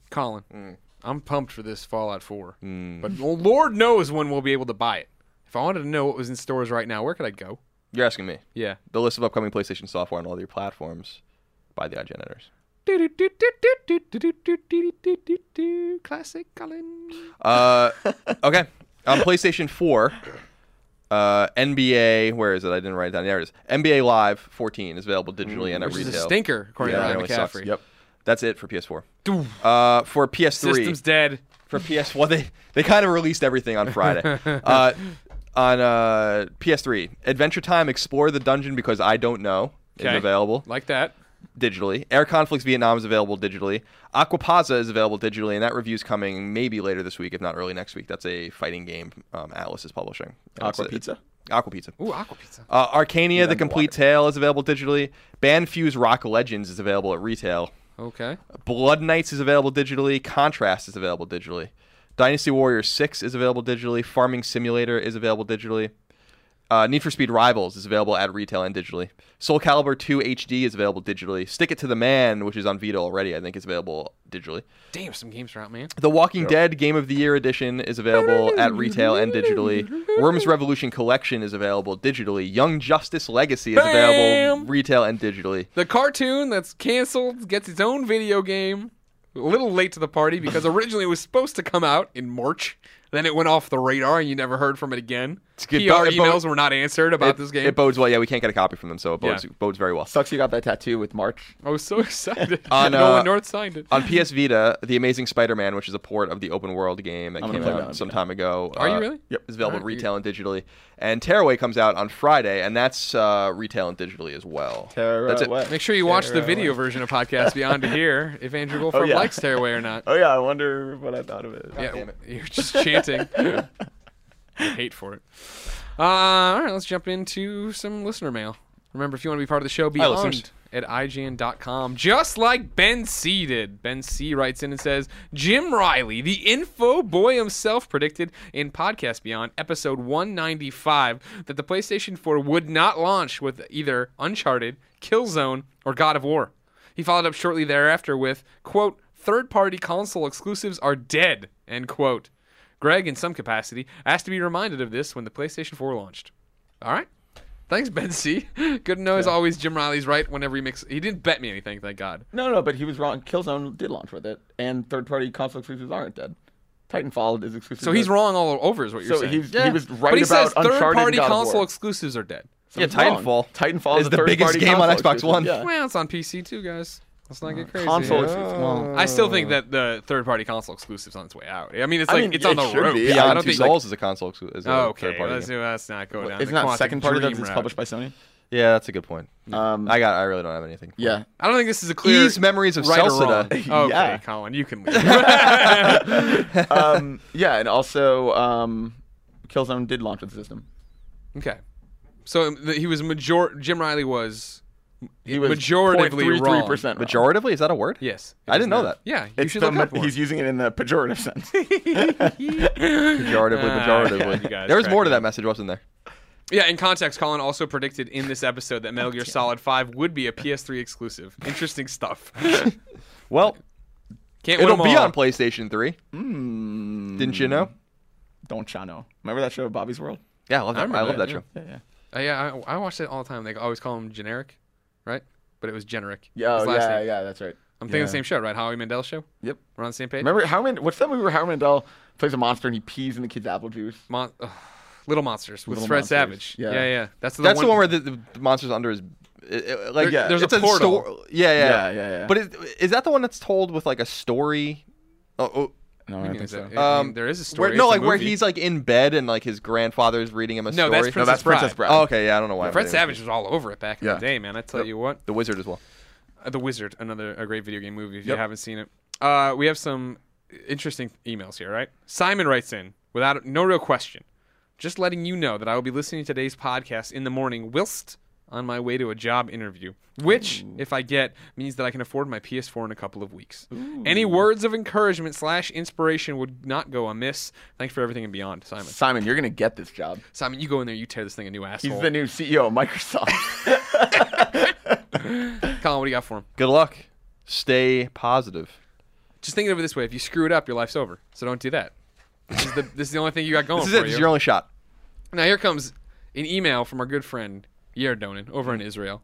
Colin, I'm pumped for this Fallout 4. But well, Lord knows when we'll be able to buy it. If I wanted to know what was in stores right now, where could I go?
You're asking me.
Yeah.
The list of upcoming PlayStation software on all your platforms by the IGN editors.
Classic Colin.
Uh, okay. On PlayStation 4, uh, NBA, where is it? I didn't write it down. There it is. NBA Live 14 is available digitally and at
Mm, Which is
retail.
a stinker, according
Yeah,
to
that
Ryan
really sucks.
McCaffrey.
Yep.
That's it for PS4. Uh, for PS3,
System's dead.
for PS4, well, they they kind of released everything on Friday.
*laughs*
uh, on uh, PS3, Adventure Time: Explore the Dungeon because I don't know is
Okay.
available
Like that.
digitally. Air Conflicts Vietnam is available digitally. Aquapaza is available digitally, and that review's coming maybe later this week, if not early next week. That's a fighting game um, Atlas is publishing.
Aqua Pizza?
Aqua Pizza.
Ooh, Aqua Pizza.
Uh, Arcania: The Complete
underwater.
Tale is available digitally. Banfuse Rock Legends is available at retail.
Okay.
Blood Knights is available digitally. Contrast is available digitally. Dynasty Warriors 6 is available digitally. Farming Simulator is available digitally. Uh, Need for Speed Rivals is available at retail and digitally. Soul Calibur 2 HD is available digitally. Stick It to the Man, which is on Vita already, I think is available digitally.
Damn, some games are out, man.
The Walking Dead Game of the Year edition is available at retail and digitally. Worms Revolution Collection is available digitally. Young Justice Legacy is available
Bam!
retail and digitally.
The cartoon that's canceled gets its own video game. A little late to the party
*laughs*
because originally it was supposed to come out in March. Then it went off the radar and you never heard from it again.
good,
PR
but- but-
emails were not answered about
it,
this game.
it bodes well. Yeah, we can't get a copy from them, so it bodes,
Yeah.
bodes very well.
Sucks you got that tattoo with March.
I was so *laughs* excited.
*laughs* On,
no
uh,
one North signed it.
On PS Vita, The Amazing Spider-Man, which is a port of the open world game that
I'm gonna
came
play that on
out some
Vita.
time ago, uh,
Are you really?
Yep, is available
Alright,
retail and digitally. And Tearaway comes out on Friday, and that's uh, retail and digitally as well. That's it.
Tearaway.
Make sure you watch the video version of Podcast Beyond to hear if
*laughs*
Andrew
Oh,
Goldfarb
yeah.
likes Tearaway or not.
Oh yeah, I wonder what I thought of it.
yeah,
damn it.
*laughs* you're just chanting. I hate for it. Uh, all right, let's jump into some listener mail. Remember, if you want to be part of the show,
Hi, listeners.
beyond at IGN.com, just like Ben C did. Ben C writes in and says, Jim Riley, the info boy himself, predicted in Podcast Beyond, episode 195, that the PlayStation 4 would not launch with either Uncharted, Killzone, or God of War. He followed up shortly thereafter with, quote, third party console exclusives are dead, end quote. Greg, in some capacity, asked to be reminded of this when the PlayStation 4 launched. All right. Thanks, Ben C. *laughs* Good to know, as always, Jim Riley's right whenever he makes. He didn't bet me anything, thank God.
No, no, but he was wrong. Killzone did launch with it, and third-party console exclusives aren't dead. Titanfall is exclusive.
So
to-
he's wrong all over, is what you're
So
saying.
he's,
Yeah.
he was right
but he says
about
third
Uncharted and
party
God of
console
War.
exclusives are dead.
So
Yeah,
he's wrong.
Titanfall
Titanfall
is the
third-party
biggest game on
console
Xbox
exclusive.
One.
Yeah.
Well, it's on PC too, guys. Let's not get crazy.
Uh, Console exclusive. Well,
I still think that the third party console exclusives on its way out. I mean, it's
I
like
mean,
it's on
it
the
should
rope.
be.
I
Beyond
don't
Two
think.
Souls is a console exclusive. Is a
oh, okay.
third-party
Let's,
game.
let's not go down.
It's
the
not
Quantum
second party that's
Dream
it's
route.
published by Sony.
Yeah, that's a good point.
Um,
I got. I really don't have anything.
*laughs* yeah.
I don't think this is a clear.
Ease memories of
right or
Salsita.
wrong. Okay,
*laughs* Yeah.
Colin, you can
*laughs*
leave.
um, yeah, and also um, Killzone did launch with the system.
Okay. So um, the, he was major. Jim Riley was.
He was
Majoritively wrong.
0.33%
*laughs*
wrong.
Majoritively, is that a word?
Yes.
I didn't know that.
Yeah, you
It's
should
the
look
ma-
up more.
he's using it in the pejorative sense.
*laughs*
Majoritively,
Ah,
majoritively.
you guys
there was more
cracked me.
to that message, wasn't there?
Yeah, in context, Colin also predicted in this episode that Metal Gear Solid 5 would be a PS3 exclusive. Interesting
*laughs*
stuff. Can't
Well,
win
it'll
them
be
all.
on PlayStation 3.
Hmm.
Didn't you know?
Don't Chano. Remember that show, Bobby's World?
Yeah, I love that. I,
remember
love
that,
that
yeah.
show.
Yeah, yeah.
Uh, yeah, I, I watched it all the time. They always call him generic, right? But it was generic.
Yeah,
His
oh,
last
yeah,
name.
yeah, that's right.
I'm thinking the same show, right? Howie Mandel show.
Yep.
We're on the same page.
Remember how Mandel? What's that movie where Howard Mandel plays a monster and he pees in the kid's apple juice?
Mon- ugh, Little Monsters with
Little
Fred
Monsters,
Savage.
yeah.
yeah, yeah. That's the
That's
one
the one where the, the monster's under his. it- it- like,
There- there's
a
it's
portal.
sto- yeah, yeah,
Yeah, yeah, yeah.
But is, is that the one that's told with like a story? Oh, oh,
No, I
You
don't
can
think
say-
so.
I mean,
um,
there is a story.
Where, no,
It's a
like where
movie.
he's like in bed and like his grandfather's reading him a
No,
story.
that's
No,
Princess
that's Princess
Bride.
Bride.
Oh, okay, yeah, I don't know why. I'm
Fred
thinking-
Savage was all over it back in
Yeah.
the day, man. I tell you what,
the wizard as well.
Uh, The Wizard, another a great video game movie. If you haven't seen it, uh, we have some interesting emails here. Right, Simon writes in without no real question, just letting you know that I will be listening to today's podcast in the morning whilst on my way to a job interview, which, if I get, means that I can afford my PS4 in a couple of weeks. Any words of encouragement slash inspiration would not go amiss. Thanks for everything and beyond, Simon.
Simon, you're gonna get this job.
Simon, you go in there, you tear this thing a new asshole.
He's the new CEO of Microsoft.
*laughs*
*laughs*
Colin, what do you got for him?
Good luck. Stay positive.
just think of it this way: if you screw it up, your life's over. So don't do that. This is the this is the only thing you
*laughs*
got going
This is
for
it. This
you.
is your only shot.
now here comes an email from our good friend Yair Donin over in Israel.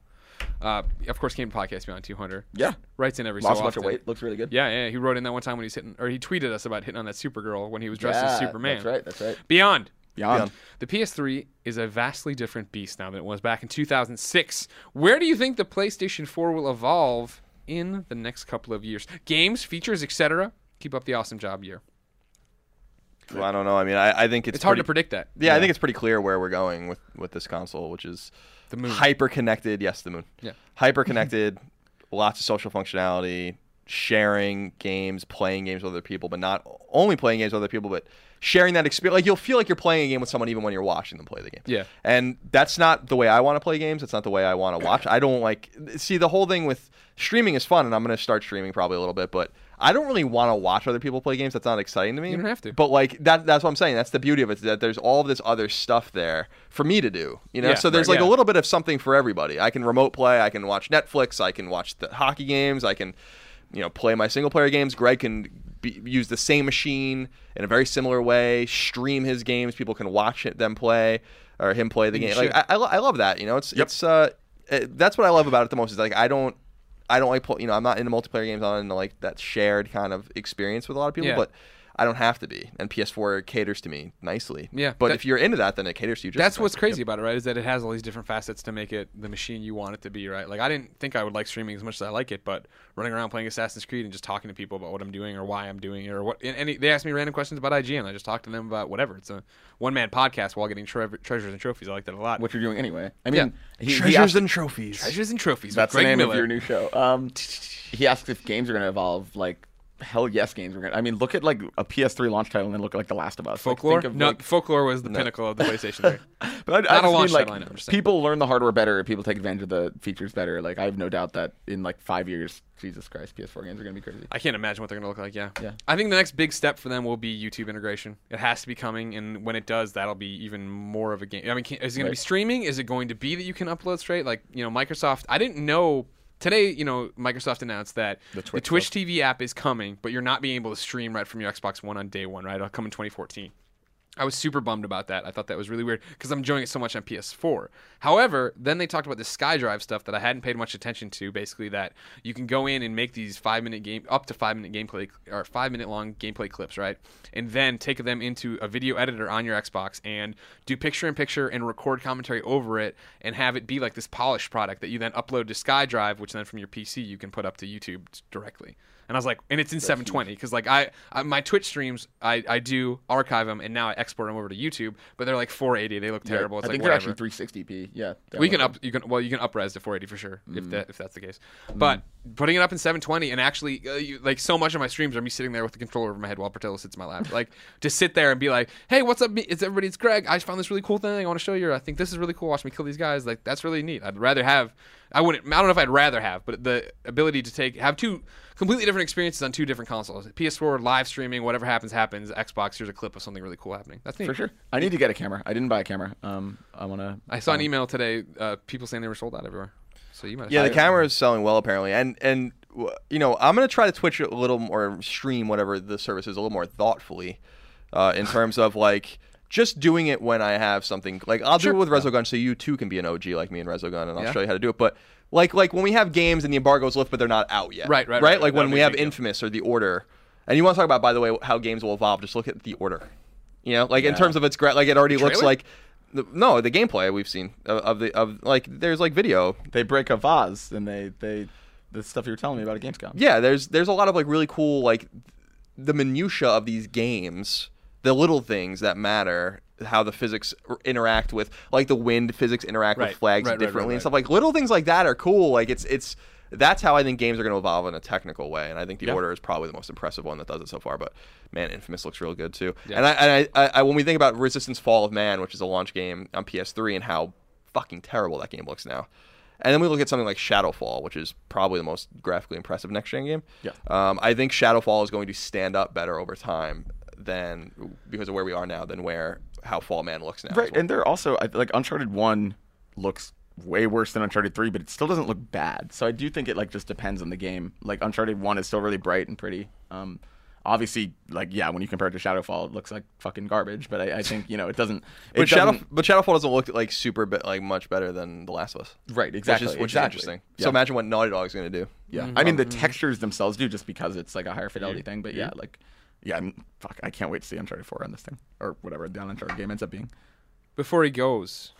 Uh, of course, came to podcast beyond 200.
yeah.
Writes in every
Lost
so
a bunch of
often.
weight. Looks really good.
Yeah, yeah. He wrote in that one time when he's hitting, or he tweeted us about hitting on that Supergirl when he was dressed as
Yeah,
Superman.
That's right. That's right.
Beyond.
Beyond.
The PS3 is a vastly different beast now than it was back in 2006. Where do you think the PlayStation 4 will evolve in the next couple of years? Games, features, etc. Keep up the awesome job, year.
Well, I don't know. I mean, I, I think it's
It's hard to
pretty-
predict that.
Yeah, I think it's pretty clear where we're going with with this console, which is
The moon.
hyper connected. Yes, the moon.
Yeah. *laughs*
hyper connected. lots of social functionality. sharing games, playing games with other people, but not only playing games with other people, but sharing that experience. Like you'll feel like you're playing a game with someone even when you're watching them play the game.
Yeah.
And that's not the way I want to play games. That's not the way
*coughs*
I want to watch. I don't like see the whole thing with streaming is fun and I'm going to start streaming probably a little bit, but I don't really want to watch other people play games. That's not exciting to me.
You don't have to.
But like that that's what I'm saying. That's the beauty of it is that there's all this other stuff there for me to do, you know?
Yeah,
so there's
right,
like
yeah.
a little bit of something for everybody. I can remote play, I can watch Netflix, I can watch the hockey games, I can you know, play my single player games. Greg can be, use the same machine in a very similar way, stream his games. People can watch it, them play or him play the game. Like
should.
I, I, lo- I love that. You know, it's it's uh, it, that's what I love about it the most. Is like I don't. I don't like pl- you know I'm not into multiplayer games. I'm into like that shared kind of experience with a lot of people,
Yeah.
but I don't have to be. And PS4 caters to me nicely.
Yeah,
But
that-
if you're into that, then it caters to you. Just
That's
fine.
what's crazy
Yep.
about it, right? Is that it has all these different facets to make it the machine you want it to be, right? Like I didn't think I would like streaming as much as I like it, but running around playing Assassin's Creed and just talking to people about what I'm doing or why I'm doing it or what. And any, they asked me random questions about IGN. I just talked to them about whatever. It's a one man podcast while getting tre- treasures and trophies. I like that a lot.
What you're doing anyway. I mean, he- he
treasures
asked-
and trophies.
treasures and trophies.
That's
with Greg
the name
Miller.
of your new show. Um, he asks if games are going to evolve. Like, hell yes, games are going. to I mean, look at like a PS3 launch title and then look at like The Last of Us. Like,
folklore.
think of,
no,
like-
folklore was the pinnacle of the PlayStation. 3.
*laughs* but I,
not
I
a
just
launch
mean, like,
timeline, I understand.
people learn the hardware better. People take advantage of the features better. Like, I have no doubt that in like five years, Jesus Christ, PS4 games are going to be crazy.
I can't imagine what they're going to look like. Yeah.
Yeah.
I think the next big step for them will be YouTube integration. It has to be coming, and when it does, that'll be even more of a game. I mean, can, is it going to be
Right.
streaming? Is it going to be that you can upload straight? Like, you know, Microsoft. I didn't know today. You know, Microsoft announced that the
Twitch
TV app is coming, but you're not being able to stream right from your Xbox One on day one. Right, it'll come in 2014. I was super bummed about that. I thought that was really weird because I'm enjoying it so much on PS4. However, then they talked about the SkyDrive stuff that I hadn't paid much attention to. Basically, that you can go in and make these five minute game, up to five minute gameplay or five minute long gameplay clips, right? And then take them into a video editor on your Xbox and do picture in picture and record commentary over it and have it be like this polished product that you then upload to SkyDrive, which then from your PC you can put up to YouTube directly. And I was like, and it's in 720 because like I, I my Twitch streams I, I do archive them and now I export them over to YouTube, but they're like 480. They look terrible. It's
I
like
think
whatever.
they're actually 360p. Yeah.
we can up you can well you can upres to 480 for sure
Mm.
if that if that's the case. But putting it up in 720 and actually uh, you, like so much of my streams are me sitting there with the controller over my head while Portillo sits in my
*laughs*
lap. like to sit there and be like, hey, what's up? me- It's everybody. It's Greg. I found this really cool thing. I want to show you. I think this is really cool. Watch me kill these guys. Like that's really neat. I'd rather have. I wouldn't. I don't know if I'd rather have, but the ability to take have two completely different experiences on two different consoles. PS4 live streaming, whatever happens happens. Xbox, here's a clip of something really cool happening. That's neat.
For sure. I need to get a camera. I didn't buy a camera. Um, I want to.
I saw an email today. Uh, people saying they were sold out everywhere. So *laughs* you might. have-
Yeah, the camera is selling well apparently, and and w- you know I'm gonna try to Twitch a little more, stream whatever the service is a little more thoughtfully, uh, in terms of like just doing it when I have something like I'll do it with Resogun, so you too can be an OG like me in Resogun, and I'll
Yeah.
show you how to do it. But like like when we have games and the embargo's lift, but they're not out yet,
Right, right,
right.
right.
Like
That'd
when
be
we
a
have
big deal.
Infamous or the Order, and you want to talk about by the way how games will evolve. Just look at the Order, you know, like in
Yeah.
terms of its gra- like it already looks
trailer?
like. the- No, the gameplay we've seen of, of the of like there's like video
They break a vase and they they the stuff you were telling me about at Gamescom.
yeah there's there's a lot of like really cool like the minutia of these games the little things that matter how the physics r- interact with like the wind physics interact
Right.
with flags
Right, right,
differently
right, right.
and stuff like little things like that are cool like it's it's that's how I think games are going to evolve in a technical way, and I think the order is probably the most impressive one that does it so far. But man, Infamous looks real good too. And, I, and I, I, I, when we think about Resistance: Fall of Man, which is a launch game on PS3, and how fucking terrible that game looks now, and then we look at something like Shadowfall, which is probably the most graphically impressive next gen game.
Yeah.
Um, I think Shadowfall is going to stand up better over time than because of where we are now than where how Fall Man looks now. as
Right,
well.
and they're also I- like Uncharted One looks way worse than Uncharted Three, but it still doesn't look bad. So I do think it like just depends on the game. Like Uncharted One is still really bright and pretty. Um, obviously, like yeah, when you compare it to Shadowfall, it looks like fucking garbage. But I, I think you know it doesn't. It
But Shadow,
doesn't-
but Shadowfall doesn't look like super bit like much better than The Last of Us.
right, exactly,
Which is, which
exactly.
is interesting.
Yeah.
So Mm-hmm. imagine what Naughty Dog's going to do.
Yeah, I mean the textures themselves do just because it's like a higher fidelity thing. But yeah, like yeah, I'm, fuck, I can't wait to see Uncharted Four on this thing or whatever the Uncharted game ends up being.
before he goes,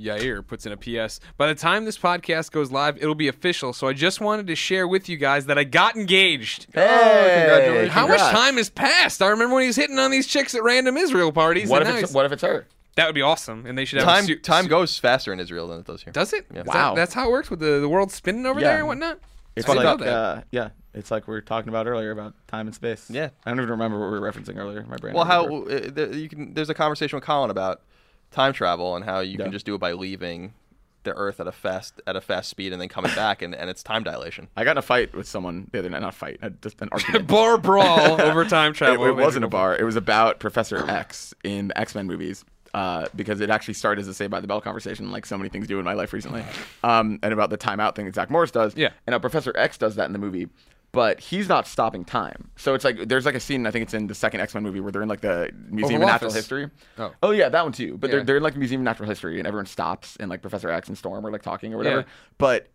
Yair puts in a PS. By the time this podcast goes live, it'll be official. So I just wanted to share with you guys that I got engaged.
Oh,
congratulations.
How much time has passed? I remember when he was hitting on these chicks at random Israel parties.
What
and
if
now
it's
he's-
what if it's her?
that would be awesome, and they should have
Time
a su-
time
su-
goes faster in Israel than it does here.
Does it? Is that-
Wow.
that's how it works with the the world spinning over
Yeah.
there and whatnot.
It's
I didn't
like
know that.
uh, yeah, it's like we were talking about earlier about time and space.
Yeah.
I don't even remember what we were referencing earlier. My brain.
Well, how
remember.
uh, the, you can there's a conversation with Colin about time travel and how you
Yeah.
can just do it by leaving the Earth at a fast at a fast speed and
*laughs*
then coming back and, and it's time dilation.
I got in a fight with someone the other night. Not a fight, uh, just
*laughs*
an
*laughs*
argument.
Bar brawl over time
*laughs* it,
travel.
it wasn't a bar. It was about Professor X in the X Men movies. Uh, because it actually started as a Saved by the Bell conversation, like so many things do in my life recently, um, and about the timeout thing that Zach Morris does.
Yeah.
And now Professor X does that in the movie, but he's not stopping time. So it's like there's like a scene I think it's in the second X Men movie where they're in like the Museum
Oval
of Natural
Office.
History.
Oh.
yeah, that one too. But
Yeah.
they're they're in like the Museum of Natural History, and everyone stops, and like Professor X and Storm are like talking or whatever.
Yeah.
But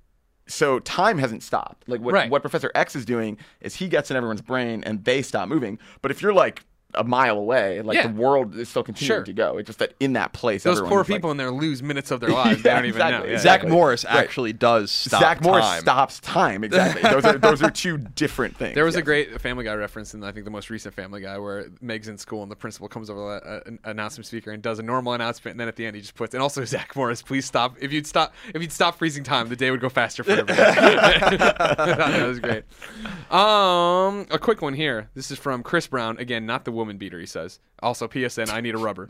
so time hasn't stopped. Like what
Right.
what Professor X is doing is he gets in everyone's brain and they stop moving. But if you're like a mile away, like
Yeah.
the world is still continuing
Sure.
to go. It's just that in that place,
Those
everyone
poor
is, like-
people in there lose minutes of their lives. they
*laughs* Yeah,
don't even
exactly,
know. Yeah,
Zach
exactly.
Morris
Right.
actually does stop
Zach Morris
time.
stops
*laughs*
time. Exactly. Those are those are two different things.
There was a
yes.
great Family Guy reference in I think the most recent Family Guy where Meg's in school and the principal comes over the uh, an announcement speaker and does a normal announcement and then at the end he just puts and also *laughs* Zach Morris please stop if you'd stop if you'd stop freezing time the day would go faster for *laughs* everyone. that was great. Um, a quick one here. This is from Chris Brown again, not the woman beater. He says also PSN I need a rubber.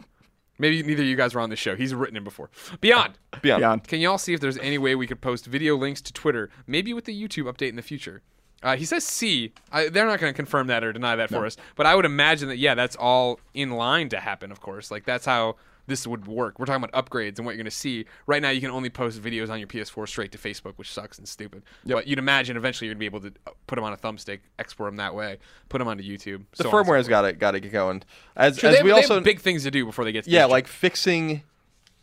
Maybe neither of you guys were on this show. He's written it before. Beyond.
Beyond.
Beyond.
Can y'all see if there's any way we could post video links to Twitter, maybe with the YouTube update in the future? Uh, he says C. I, they're not going to confirm that or deny that for us, but I would imagine that yeah, that's all in line to happen. Of course, like that's how this would work. We're talking about upgrades and what you're going to see. Right now, you can only post videos on your PS4 straight to Facebook, which sucks and stupid. But you'd imagine eventually you're going to be able to uh, put them on a thumbstick, export them that way, put them onto YouTube.
The
so on and so
firmware's got to got to get going. As,
forth. Sure,
as
they, have,
we
they have
also
big things to do before they get to
yeah,
YouTube.
like fixing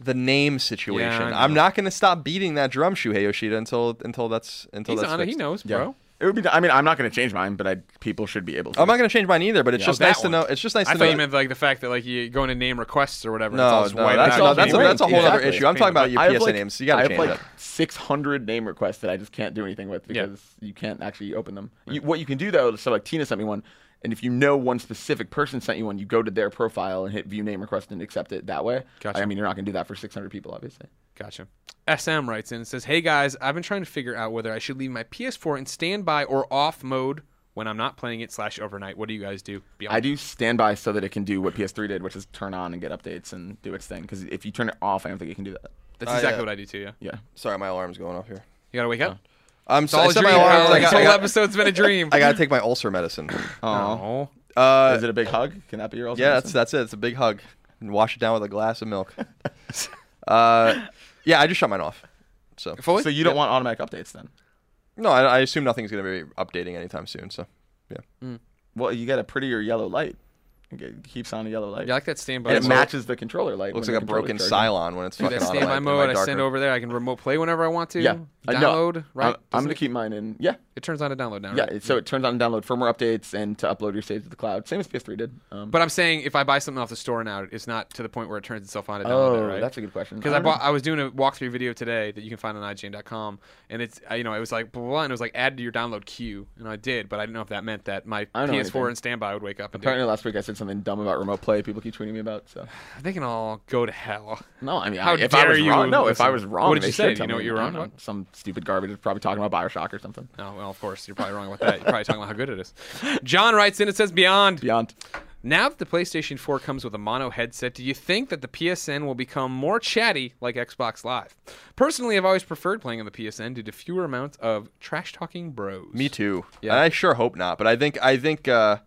the name situation.
I know.
I'm not going to stop beating that drum, Shuhei Yoshida, until until that's until
he's
that's
on it. He
fixed.
knows,
Yeah.
bro.
It would be. I mean, I'm not going to change mine, but I people should be able to.
I'm not going to change mine either, but it's
Yeah.
just
Oh, that
nice to
one.
know. It's just nice
I
to
thought
know.
you meant like the fact that like you go in and name requests or whatever. and
No,
it's all just
no,
white
that's,
out.
all, that's, a,
Right,
that's a whole other
exactly.
issue. I'm talking about your
I have
PSA
like,
names. You got
I
to
have
change
like
that.
600 name requests that I just can't do anything with
Yeah.
because you can't actually open them. You, what you can do though, so like Tina sent me one, and if you know one specific person sent you one, you go to their profile and hit view name request and accept it that way.
Gotcha.
I mean, you're not going to do that for 600 people, obviously.
Gotcha. SM writes in and says, Hey guys, I've been trying to figure out whether I should leave my PS4 in standby or off mode when I'm not playing it slash overnight. What do you guys do? Beyond
I do standby so that it can do what PS3 did, which is turn on and get updates and do its thing. Because if you turn it off, I don't think it can do that.
That's
I,
exactly
uh,
what I do too, yeah.
Yeah.
Sorry, my alarm's going off here.
You gotta wake up.
I'm
It's all
sorry.
a dream.
my alarm.
bro.
I
this
got,
whole
*laughs* I, got,
episode's been a dream.
I
*laughs*
got to take my ulcer medicine.
Oh.
oh.
Uh,
Is it a big hug? Can that be your ultimate
yeah,
answer?
that's that's it. It's a big hug and wash it down with a glass of milk. *laughs* uh, yeah, I just shut mine off. So
Fully?
So you don't want automatic updates then?
no, I, I assume nothing's going to be updating anytime soon. So yeah,
Well, you get a prettier yellow light. It keeps on a yellow light.
yeah, I like that standby
and it
mode.
matches the controller light.
looks
when
like
the
a
controller's
broken
charging.
Cylon when it's
Do
fucking
that
on. in
standby
my- in my
mode, I
dark
send
room.
over there, I can remote play whenever I want to.
Yeah. I know.
Download, right?
I'm, I'm
Doesn't
gonna
it-
keep mine in. Yeah.
it turns on to download now,
Yeah.
right?
it- So it turns on download firmware updates and to upload your saves to the cloud, same as PS3 did. Um,
But I'm saying if I buy something off the store now, it's not to the point where it turns itself on to download
oh,
it, right?
that's a good question.
Because I,
don't know.
bought, I was doing a walkthrough video today that you can find on IGN.com, and it's uh, you know it was like blah, blah, blah, and it was like add to your download queue, and I did, but I didn't know if that meant that my
I don't know
PS4
anything.
and standby would wake up and do it.
Apparently last week I said something dumb about remote play. People keep tweeting me about. So
They can all go to hell. *laughs*
no, I mean,
How
I, if I
dare
was
you
wrong, no, if
listen.
I was wrong,
What did
they
you
should
say? Do you
tell
know
me.
what you were
I
wrong
don't know.
about?
Some stupid garbage is probably talking about Bioshock or something.
Oh well, of course you're probably wrong about that. You're probably talking about how good it is. John writes in, it says beyond.
Beyond.
Now that the PlayStation 4 comes with a mono headset, do you think that the PSN will become more chatty like Xbox Live? Personally, I've always preferred playing on the PSN due to fewer amounts of trash talking bros.
Me too.
Yeah.
And I sure hope not. But I think I think uh,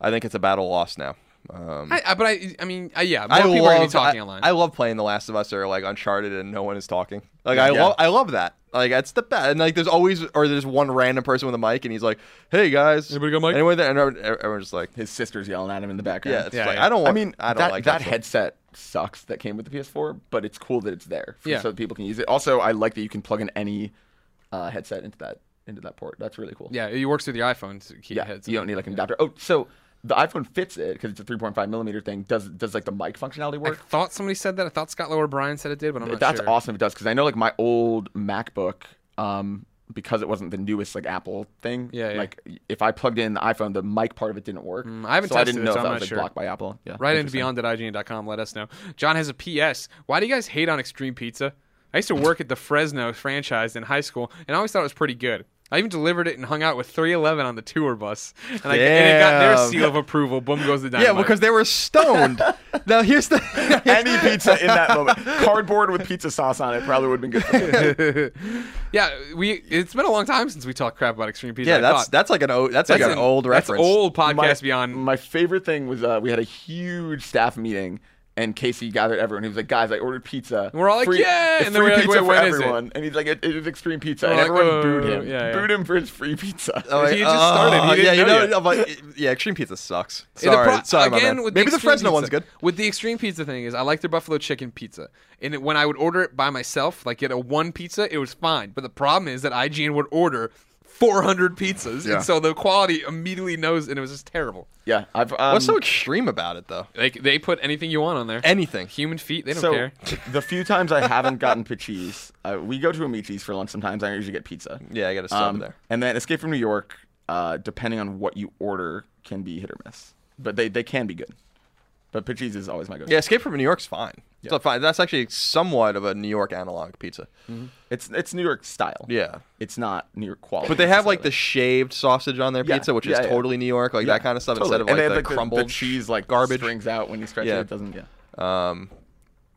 I think it's a battle lost now. Um,
I, I, but I, I mean, uh, yeah, more
I
people
love,
are gonna be talking
I,
online.
I love playing The Last of Us or like Uncharted and no one is talking. Like I
Yeah.
love I love that. Like that's the best. And like there's always or there's one random person with a mic and he's like, "Hey guys,
Anybody got a mic?"
Anyone there? And everyone- everyone's just like,
His sister's yelling at him in the background.
"Yeah, it's
Yeah,
like,
yeah.
I don't. Want,
I mean,
I don't
that,
like
that
stuff.
headset sucks that came with the PS4, but it's cool that it's there for,
Yeah.
so that people can use it. Also, I like that you can plug in any uh, headset into that into that port. That's really cool.
yeah, it works with your iPhone to keep
yeah.
heads.
you don't need like an adapter. Oh, so the iPhone fits it because it's a 3.5 millimeter thing. Does does like the mic functionality
I
work?
thought somebody said that. I thought Scott Lower Bryan said it did, but I'm not
That's
sure.
awesome. If it does because I know like my old MacBook. Um, because it wasn't the newest like Apple thing,
Yeah, yeah.
Like if I plugged in the iPhone, the mic part of it didn't work.
I haven't
so I
tested
didn't
it,
know
so
if
I'm
that
not
was like
sure.
blocked by Apple. Yeah,
Right into
interesting.
beyond at IGN.com. Let us know. John has a PS. Why do you guys hate on Extreme Pizza? I used to work at the Fresno franchise in high school, and I always thought it was pretty good. I even delivered it and hung out with 311 on the tour bus, and, I, and it got their
Damn.
seal of approval. Boom goes the
Yeah,
dynamite.
because they were stoned. now *laughs* here's the
Any pizza in that moment, cardboard with pizza sauce on it, probably would have been good. For me.
yeah, we it's been a long time since we talked crap about Extreme Pizza.
yeah,
I
that's
thought.
that's like an old that's, like an, old
that's
reference.
old podcast
My-
beyond.
My favorite thing was uh, we had a huge staff meeting. And Casey gathered everyone. He was like, "Guys, I ordered pizza."
And we're all like,
free,
"Yeah!"
it's
And then
free
we're like,
pizza
"Wait,
for
when is it?"
everyone." And he's like, "It, it is extreme pizza."
We're
and
like,
everyone
"Oh,
booed him.
yeah, yeah."
Booed him for his free pizza.
I'm like,
He just started. He
*laughs* "Oh,
didn't
yeah, you
know
know.
yet."
I'm like, yeah, extreme pizza sucks.
Yeah, the
Sorry,
pro-
sorry, my
again,
man.
With
Maybe the
extreme
Fresno
pizza.
one's good.
With the extreme pizza thing is, I like their buffalo chicken pizza, and it, when I would order it by myself, like get a one pizza, it was fine. But the problem is that IGN would order 400 pizzas,
Yeah.
and so the quality immediately knows, and it was just terrible.
yeah, I've. Um,
What's so extreme about it though?
Like they put anything you want on there.
Anything.
Human feet, they don't
so
care.
the few times I haven't gotten Pachis, uh, we go to Amici's for lunch sometimes. I usually get pizza.
Yeah, I got to stop
Um,
there.
And then Escape from New York, uh, depending on what you order, can be hit or miss. But they, they can be good. But Pachis is always my go-to.
Yeah, Escape from New York's fine. So fine. That's actually somewhat of a New York analog pizza.
It's it's New York style.
Yeah.
It's not New York quality.
But they have like the
necessarily.
shaved sausage on their
Yeah,
pizza, which
yeah,
is
yeah.
totally New York, like
Yeah,
that kind of stuff
totally.
instead of
And
like
they
the
have,
crumbled
the cheese like
garbage.
strings out when you stretch
Yeah.
it. It doesn't. Yeah.
Um,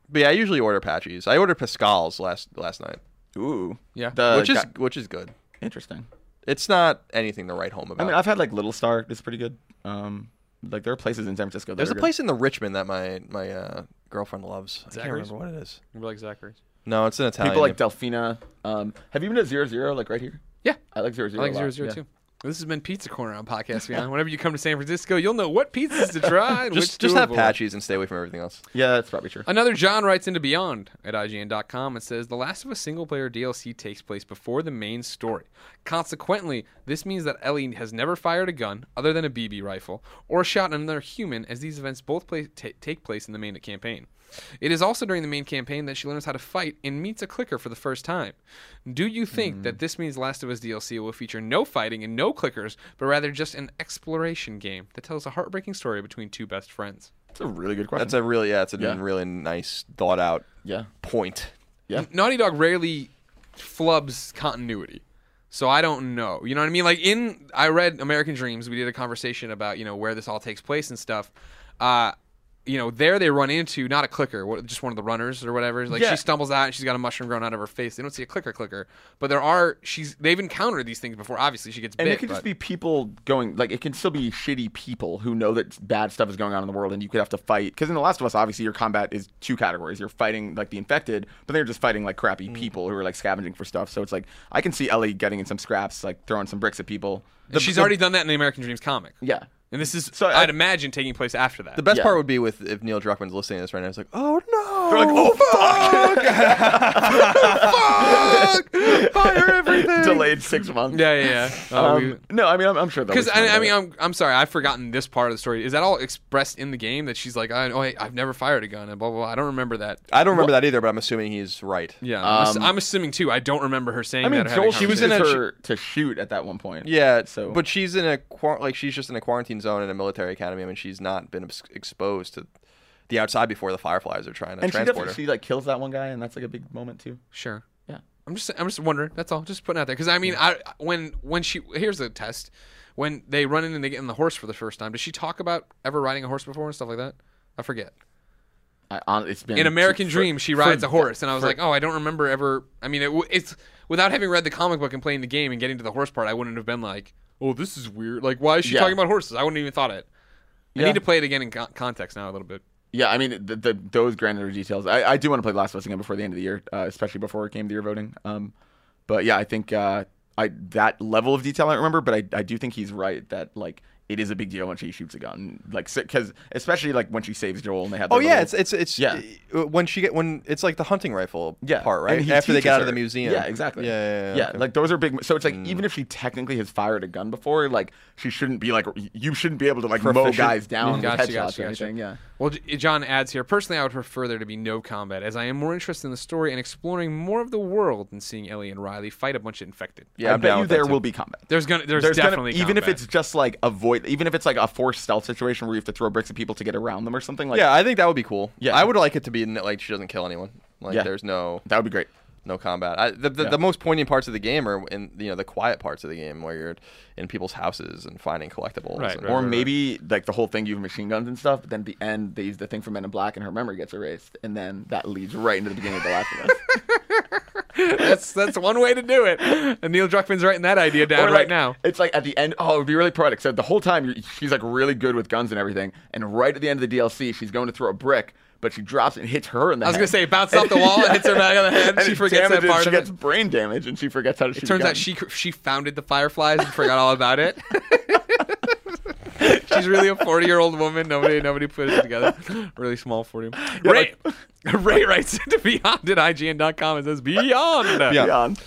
but yeah, I usually order Patchy's. I ordered Pascal's last last night,
Ooh.
Yeah.
The
which is
guy-
which is good.
interesting.
It's not anything to write home
I
about.
mean, I've had like Little Star. It's pretty good. Um, like there are places in San Francisco. That
There's
are
a
good.
place in the Richmond that my my uh, girlfriend loves. I can't
Zachary's?
remember what it is.
Remember like Zachary's.
No, it's an Italian.
People like Delphina. Um, have you been to Zero Zero? Like right here.
Yeah,
I like Zero Zero.
I like zero zero two. This has been Pizza Corner on
*laughs*
Podcast Beyond. Whenever you come to San Francisco, you'll know what pizzas to try. and which
just
to
just have
avoid.
Patchy's and stay away from everything else.
Yeah, that's probably true.
Another John writes into Beyond at IGN.com and says The Last of Us single player DLC takes place before the main story. Consequently, this means that Ellie has never fired a gun other than a BB rifle or shot another human, as these events both play, ta take place in the main campaign. It is also during the main campaign that she learns how to fight and meets a clicker for the first time. Do you think that this means Last of Us DLC will feature no fighting and no clickers, but rather just an exploration game that tells a heartbreaking story between two best friends?
That's a really good question.
That's a really yeah, it's a
Yeah.
really nice thought out
yeah.
point.
Yeah.
Naughty Dog rarely flubs continuity. So I don't know. You know what I mean? Like in I read American Dreams, we did a conversation about, you know, where this all takes place and stuff. Uh you know, there they run into not a clicker, what- just one of the runners or whatever. Like
Yeah.
she stumbles out and she's got a mushroom growing out of her face. They don't see a clicker clicker, but there are she's they've encountered these things before. Obviously, she gets
And
bit.
it could just
but-
be people going like it can still be shitty people who know that bad stuff is going on in the world, and you could have to fight. Because in The Last of Us, obviously your combat is two categories: you're fighting like the infected, but then you're just fighting like crappy
Mm.
people who are like scavenging for stuff. So it's like I can see Ellie getting in some scraps, like throwing some bricks at people. The-
she's
the-
already done that in the American Dreams comic. *laughs*
yeah. *laughs*
And this is
So I-
I'd imagine taking place after that.
The best
Yeah.
part would be with if Neil Druckmann's listening to this right now. It's like, oh no,
They're like, oh fuck!
Fuck!
*laughs*
Fire everything.
Delayed six months.
Yeah, yeah, yeah. Oh, we-
Um, no, I mean I'm, I'm sure they'll
Because
explain
I, I
it.
mean, I'm I'm sorry, I've forgotten this part of the story. Is that all expressed in the game that she's like, I, oh, I, I've never fired a gun and blah blah. blah. I don't remember that.
*laughs* I don't remember that either, but I'm assuming he's right.
Yeah, I'm, ass-
Um,
I'm assuming too. I don't remember her saying
I mean,
that. or having
Joel, she was in
conversation.
conversation.
her to shoot at that one point.
Yeah,
So-
so but she's in a quar- like she's just in a quarantine zone in a military academy. I mean, she's not been ex- exposed to the outside before the fireflies are trying to
and she
transport her.
definitely she like kills that one guy, and that's like a big moment too.
Sure.
Yeah.
I'm just I'm just wondering. That's all. Just putting it out there because I mean, I when when she here's the test. When they run in and they get on the horse for the first time, does she talk about ever riding a horse before and stuff like that? I forget.
I, hon- it's been
in American
for-
Dream, she
for-
rides a horse, and I was like, oh, I don't remember ever. I mean, it, w- it's without having read the comic book and playing the game and getting to the horse part, I wouldn't have been like, oh, this is weird. Like, why is she
Yeah.
talking about horses? I wouldn't even thought it. I
Yeah.
need to play it again in con- context now a little bit.
Yeah, I mean, the, the, those granular details. I, I do want to play The Last of Us again before the end of the year, uh, especially before it came to your voting. Um, but yeah, I think uh, I that level of detail I don't remember, but I, I do think he's right that like it is a big deal when she shoots a gun, like because especially like when she saves Joel and they have.
Oh
their
yeah,
little-
it's it's it's
Yeah.
uh, When she get when it's like the hunting rifle
yeah,
part,
and
right?
he
After they
teaches
get out of the
her.
museum.
Yeah, exactly.
Yeah, yeah, yeah. okay. Mm.
like those are big. So it's like even if she technically has fired a gun before, like she shouldn't be like you shouldn't be able to like mow
Proficient.
guys down
Gotcha,
with headshots
gotcha,
or
gotcha.
anything. Yeah.
Well, J- John adds here personally, I would prefer there to be no combat, as I am more interested in the story and exploring more of the world than seeing Ellie and Riley fight a bunch of infected.
Yeah,
I
I'm
bet
down
you
with that
there
too.
will be combat.
There's gonna there's,
There's
definitely
gonna, even if
combat.
it's just like avoid, even if it's like a forced stealth situation where you have to throw bricks at people to get around them or something. Like,
yeah, I think that would be cool.
Yeah.
I would like it to be n- like she doesn't kill anyone. Like
Yeah.
there's no
that would be great.
no combat. I, the, the,
Yeah.
the most poignant parts of the game are in you know the quiet parts of the game where you're in people's houses and finding collectibles.
Right,
and-
right,
or-
Or maybe like the whole thing you have machine guns and stuff, but then at the end they use the thing from Men in Black and her memory gets erased, and then that leads right into the beginning of The Last
*laughs*
of Us.
*laughs* That's that's one way to do it. And Neil Druckmann's writing that idea down
Or,
right
like,
now.
It's like at the end. Oh, it would be really poetic. So the whole time you're- she's like really good with guns and everything, and right at the end of the DLC, she's going to throw a brick, but she drops it and hits her in the.
I was
head.
gonna say it bounces
*laughs*
off the wall and hits her back on the head.
And
she
it
forgets that
damages-
part
She
of it.
gets brain damage, and she forgets how to shoot.
Turns out
guns.
she she founded the Fireflies and forgot all about it. *laughs* She's really a forty year old woman. Nobody nobody put it together. Really small forty. Ray, *laughs* Ray writes to Beyond at IGN.com and says Beyond.
Beyond.
Beyond.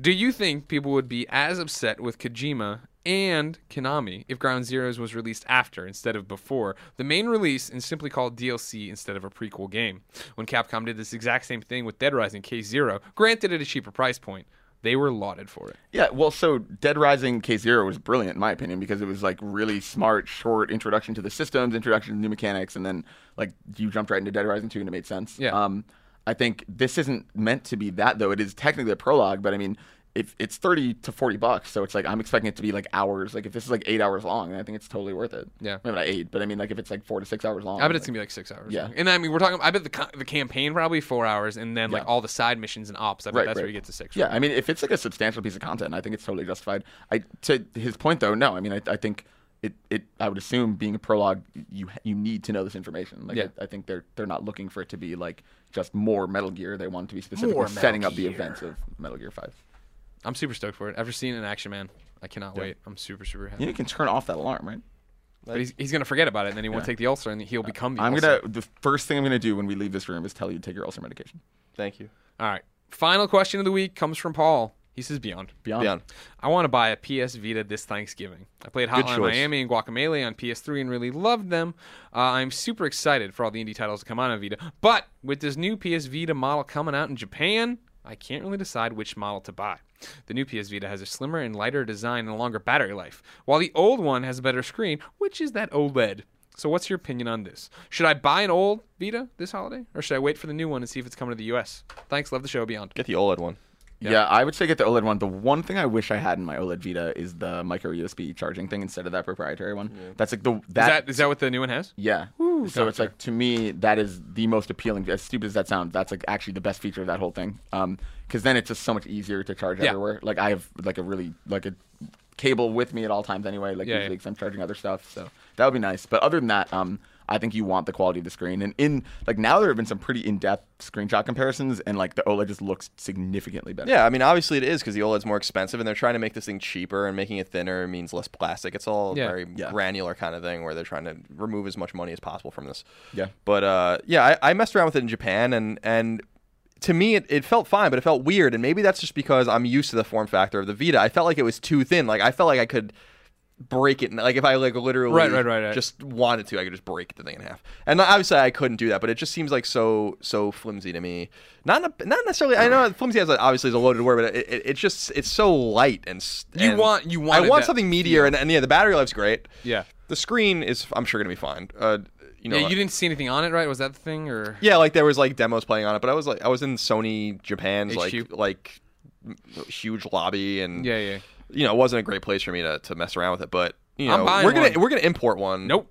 Do you think people would be as upset with Kojima and Konami if Ground Zeroes was released after instead of before the main release and simply called DLC instead of a prequel game? When Capcom did this exact same thing with Dead Rising K Zero, granted at a cheaper price point, they were lauded for it.
Yeah, well, so Dead Rising K Zero was brilliant in my opinion because it was like really smart, short introduction to the systems, introduction to new mechanics, and then like you jumped right into Dead Rising Two and it made sense.
Yeah.
Um, I think this isn't meant to be that though. It is technically a prologue, but I mean, if it's thirty to forty bucks, so it's like I'm expecting it to be like hours. Like if this is like eight hours long, then I think it's totally worth it.
Yeah.
maybe not eight, but I mean like if it's like four to six hours long.
I bet it's
like-
gonna be like six hours.
Yeah.
long. and I mean we're talking. I bet the co- the campaign probably four hours, and then like
Yeah.
all the side missions and ops. I bet
Right,
that's where
right.
you get to six.
Yeah, I mean, if it's like a substantial piece of content, I think it's totally justified. I to his point though, no, I mean, I, I think it, it I would assume being a prologue, you you need to know this information. Like,
Yeah.
I, I think they're they're not looking for it to be like just more Metal Gear. They want it to be
More
specifically
Metal
setting up the
Gear.
events of Metal Gear Five.
I'm super stoked for it. After seeing an Action Man, I cannot wait. I'm super super happy.
You, know, you can turn off that alarm, right?
But he's, he's gonna forget about it, and then he won't take the ulcer, and he'll become. The
I'm
ulcer.
gonna the first thing I'm gonna do when we leave this room is tell you to take your ulcer medication.
Thank you.
All right. Final question of the week comes from Paul. He says, Beyond.
Beyond.
Beyond.
I want to buy a PS Vita this Thanksgiving. I played Hotline
choice.
Miami and Guacamole on PS3 and really loved them. Uh, I'm super excited for all the indie titles to come out on Vita. But with this new PS Vita model coming out in Japan, I can't really decide which model to buy. The new PS Vita has a slimmer and lighter design and a longer battery life, while the old one has a better screen, which is that OLED. So, what's your opinion on this? Should I buy an old Vita this holiday, or should I wait for the new one and see if it's coming to the US? Thanks, love the show, Beyond.
Get the OLED one.
Yeah. I would say get the OLED one. The one thing I wish I had in my OLED Vita is the micro USB charging thing instead of that proprietary one. That's like the
Is that is that what the new one has?
Yeah. so it's like to me that is the most appealing. As stupid as that sounds, that's like actually the best feature of that whole thing. Um, because then it's just so much easier to charge
Yeah.
everywhere. Like I have like a really like a cable with me at all times anyway. Like
Yeah,
usually
yeah.
because I'm charging other stuff. So that would be nice. But other than that, um, I think you want the quality of the screen. And in like now there have been some pretty in depth screenshot comparisons, and like the OLED just looks significantly better.
Yeah, I mean, obviously it is because the OLED's more expensive, and they're trying to make this thing cheaper, and making it thinner means less plastic. It's all
Yeah.
very
Yeah.
granular kind of thing where they're trying to remove as much money as possible from this.
Yeah.
But uh, yeah, I, I messed around with it in Japan, and and to me it, it felt fine, but it felt weird, and maybe that's just because I'm used to the form factor of the Vita. I felt like it was too thin. Like I felt like I could break it, and- like if I like literally
Right, right, right, right.
just wanted to, I could just break the thing in half. And obviously I couldn't do that, but it just seems like so so flimsy to me. Not in a- not necessarily. I know flimsy has a, obviously is a loaded word, but it, it, it's just it's so light and s-
You
and
want- you
I
wanted
want
that
something meatier, and, and yeah, the battery life's great.
Yeah.
The screen is, I'm sure, gonna be fine. Uh, you know,
yeah, you didn't see anything on it, right? Was that the thing or
yeah, like there was like demos playing on it, but I was like I was in Sony Japan's
HQ.
like like huge lobby and
Yeah, yeah.
you know, it wasn't a great place for me to, to mess around with it, but you
I'm
know,
buying
we're gonna
one.
we're gonna import one.
Nope.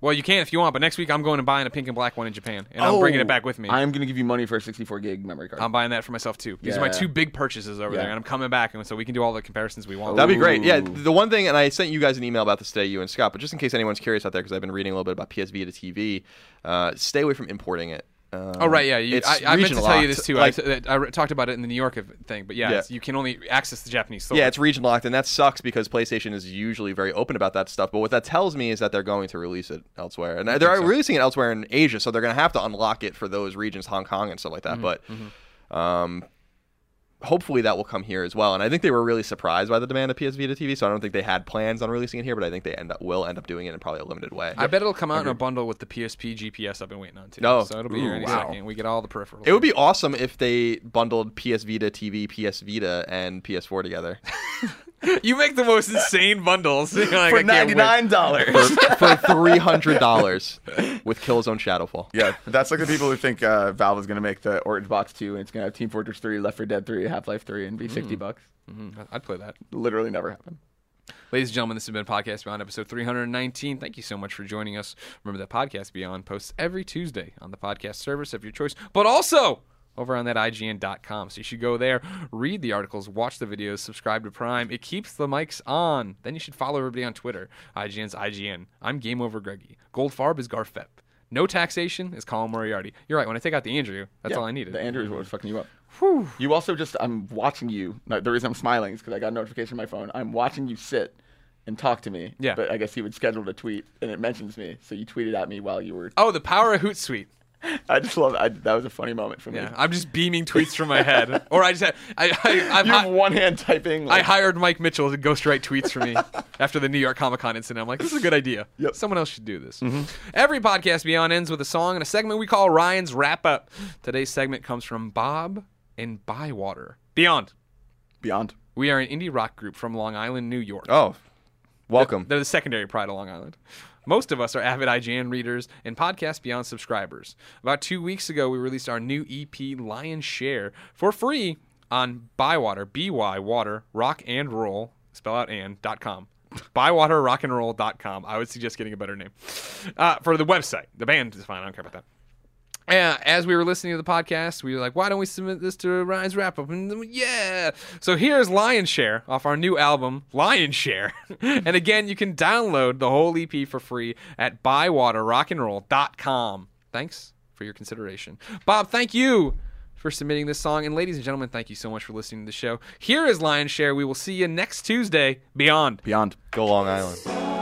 Well, you can if you want, but next week I'm going and buying a pink and black one in Japan, and I'm
Oh,
bringing it back with me.
I'm gonna give you money for a 64 gig memory card.
I'm buying that for myself too. These are my
Yeah.
two big purchases over
Yeah.
there, and I'm coming back, and so we can do all the comparisons we want.
That'd be great. Yeah,
Ooh.
the one thing, and I sent you guys an email about this today, you and Scott. But just in case anyone's curious out there, because I've been reading a little bit about PSV to TV, uh, stay away from importing it. Uh,
Oh right, yeah. You,
it's
I, I meant to
region
tell you
locked.
this too. I
Like,
t- that- I, re- talked about it in the New York ev- thing, but yeah,
Yeah.
it's- you can only access the Japanese store.
yeah, it's region locked, and that sucks because PlayStation is usually very open about that stuff. But what that tells me is that they're going to release it elsewhere, and they're releasing it elsewhere in Asia, so they're going to have to unlock it for those regions, Hong Kong and stuff like that. But um, hopefully that will come here as well. And I think they were really surprised by the demand of PS Vita TV, so I don't think they had plans on releasing it here, but I think they end up will end up doing it in probably a limited way.
I bet it'll come out in a bundle with the PSP GPS I've been waiting on too.
No.
so it'll be here
Ooh,
any
wow.
second. We get all the peripherals.
it would be awesome if they bundled PS Vita TV, PS Vita, and PS4 together.
*laughs*
*laughs*
You make the most insane bundles. *laughs* You're like, I
for
can't wait.
ninety nine dollars.
for three hundred dollars with Killzone Shadowfall.
yeah, that's like the people who think uh, Valve is gonna make the Orange Box two, and it's gonna have Team Fortress three, Left 4 Dead three, Half Life three, and be sixty bucks.
Mm, I'd play that.
Literally never happened.
Ladies and gentlemen, this has been Podcast Beyond, episode 319. Thank you so much for joining us. Remember that Podcast Beyond posts every Tuesday on the podcast service of your choice, but also over on that IGN.com. So you should go there, read the articles, watch the videos, subscribe to Prime. It keeps the mics on. Then you should follow everybody on Twitter. IGN's IGN. I'm Game Over Greggy. Goldfarb is Garfep. No taxation is Colin Moriarty. You're right. When I take out the Andrew, that's
Yeah,
all I needed.
The Andrews was fucking you up. You also just I'm watching you. no, The reason I'm smiling is because I got a notification on my phone. I'm watching you sit and talk to me.
Yeah.
But I guess he would schedule a tweet and it mentions me, so you tweeted at me while you were.
oh, the power of Hootsuite.
I just love. I, that was a funny moment for me.
Yeah, I'm just beaming tweets from my head, or I just have, I,
*laughs*
I, I'm
You have one hand typing.
I
Like,
hired Mike Mitchell to ghostwrite tweets for me after the New York Comic Con incident. I'm like, this is a good idea.
Yep.
Someone else should do this. Every podcast beyond ends with a song and a segment we call Ryan's Wrap Up. Today's segment comes from Bob and Bywater. Beyond.
beyond.
We are an indie rock group from Long Island, New York.
Oh, welcome.
They're the secondary pride of Long Island. Most of us are avid IGN readers and Podcast Beyond subscribers. About two weeks ago, we released our new EP, Lion's Share, for free on Bywater, B-Y, Water, Rock and Roll, spell out and, dot com. Bywater, Rock and Roll, dot com. I would suggest getting a better name. Uh, for the website. The band is fine. I don't care about that. Uh, as we were listening to the podcast, we were like, why don't we submit this to Ryan's wrap up? And then we- yeah. So here's Lion Share off our new album, Lion Share. *laughs* and again, you can download the whole EP for free at bywaterrockandroll.com. Thanks for your consideration. Bob, thank you for submitting this song. And ladies and gentlemen, thank you so much for listening to the show. Here is Lion Share. We will see you next Tuesday. Beyond.
Beyond.
Go Long Island.
Beyond.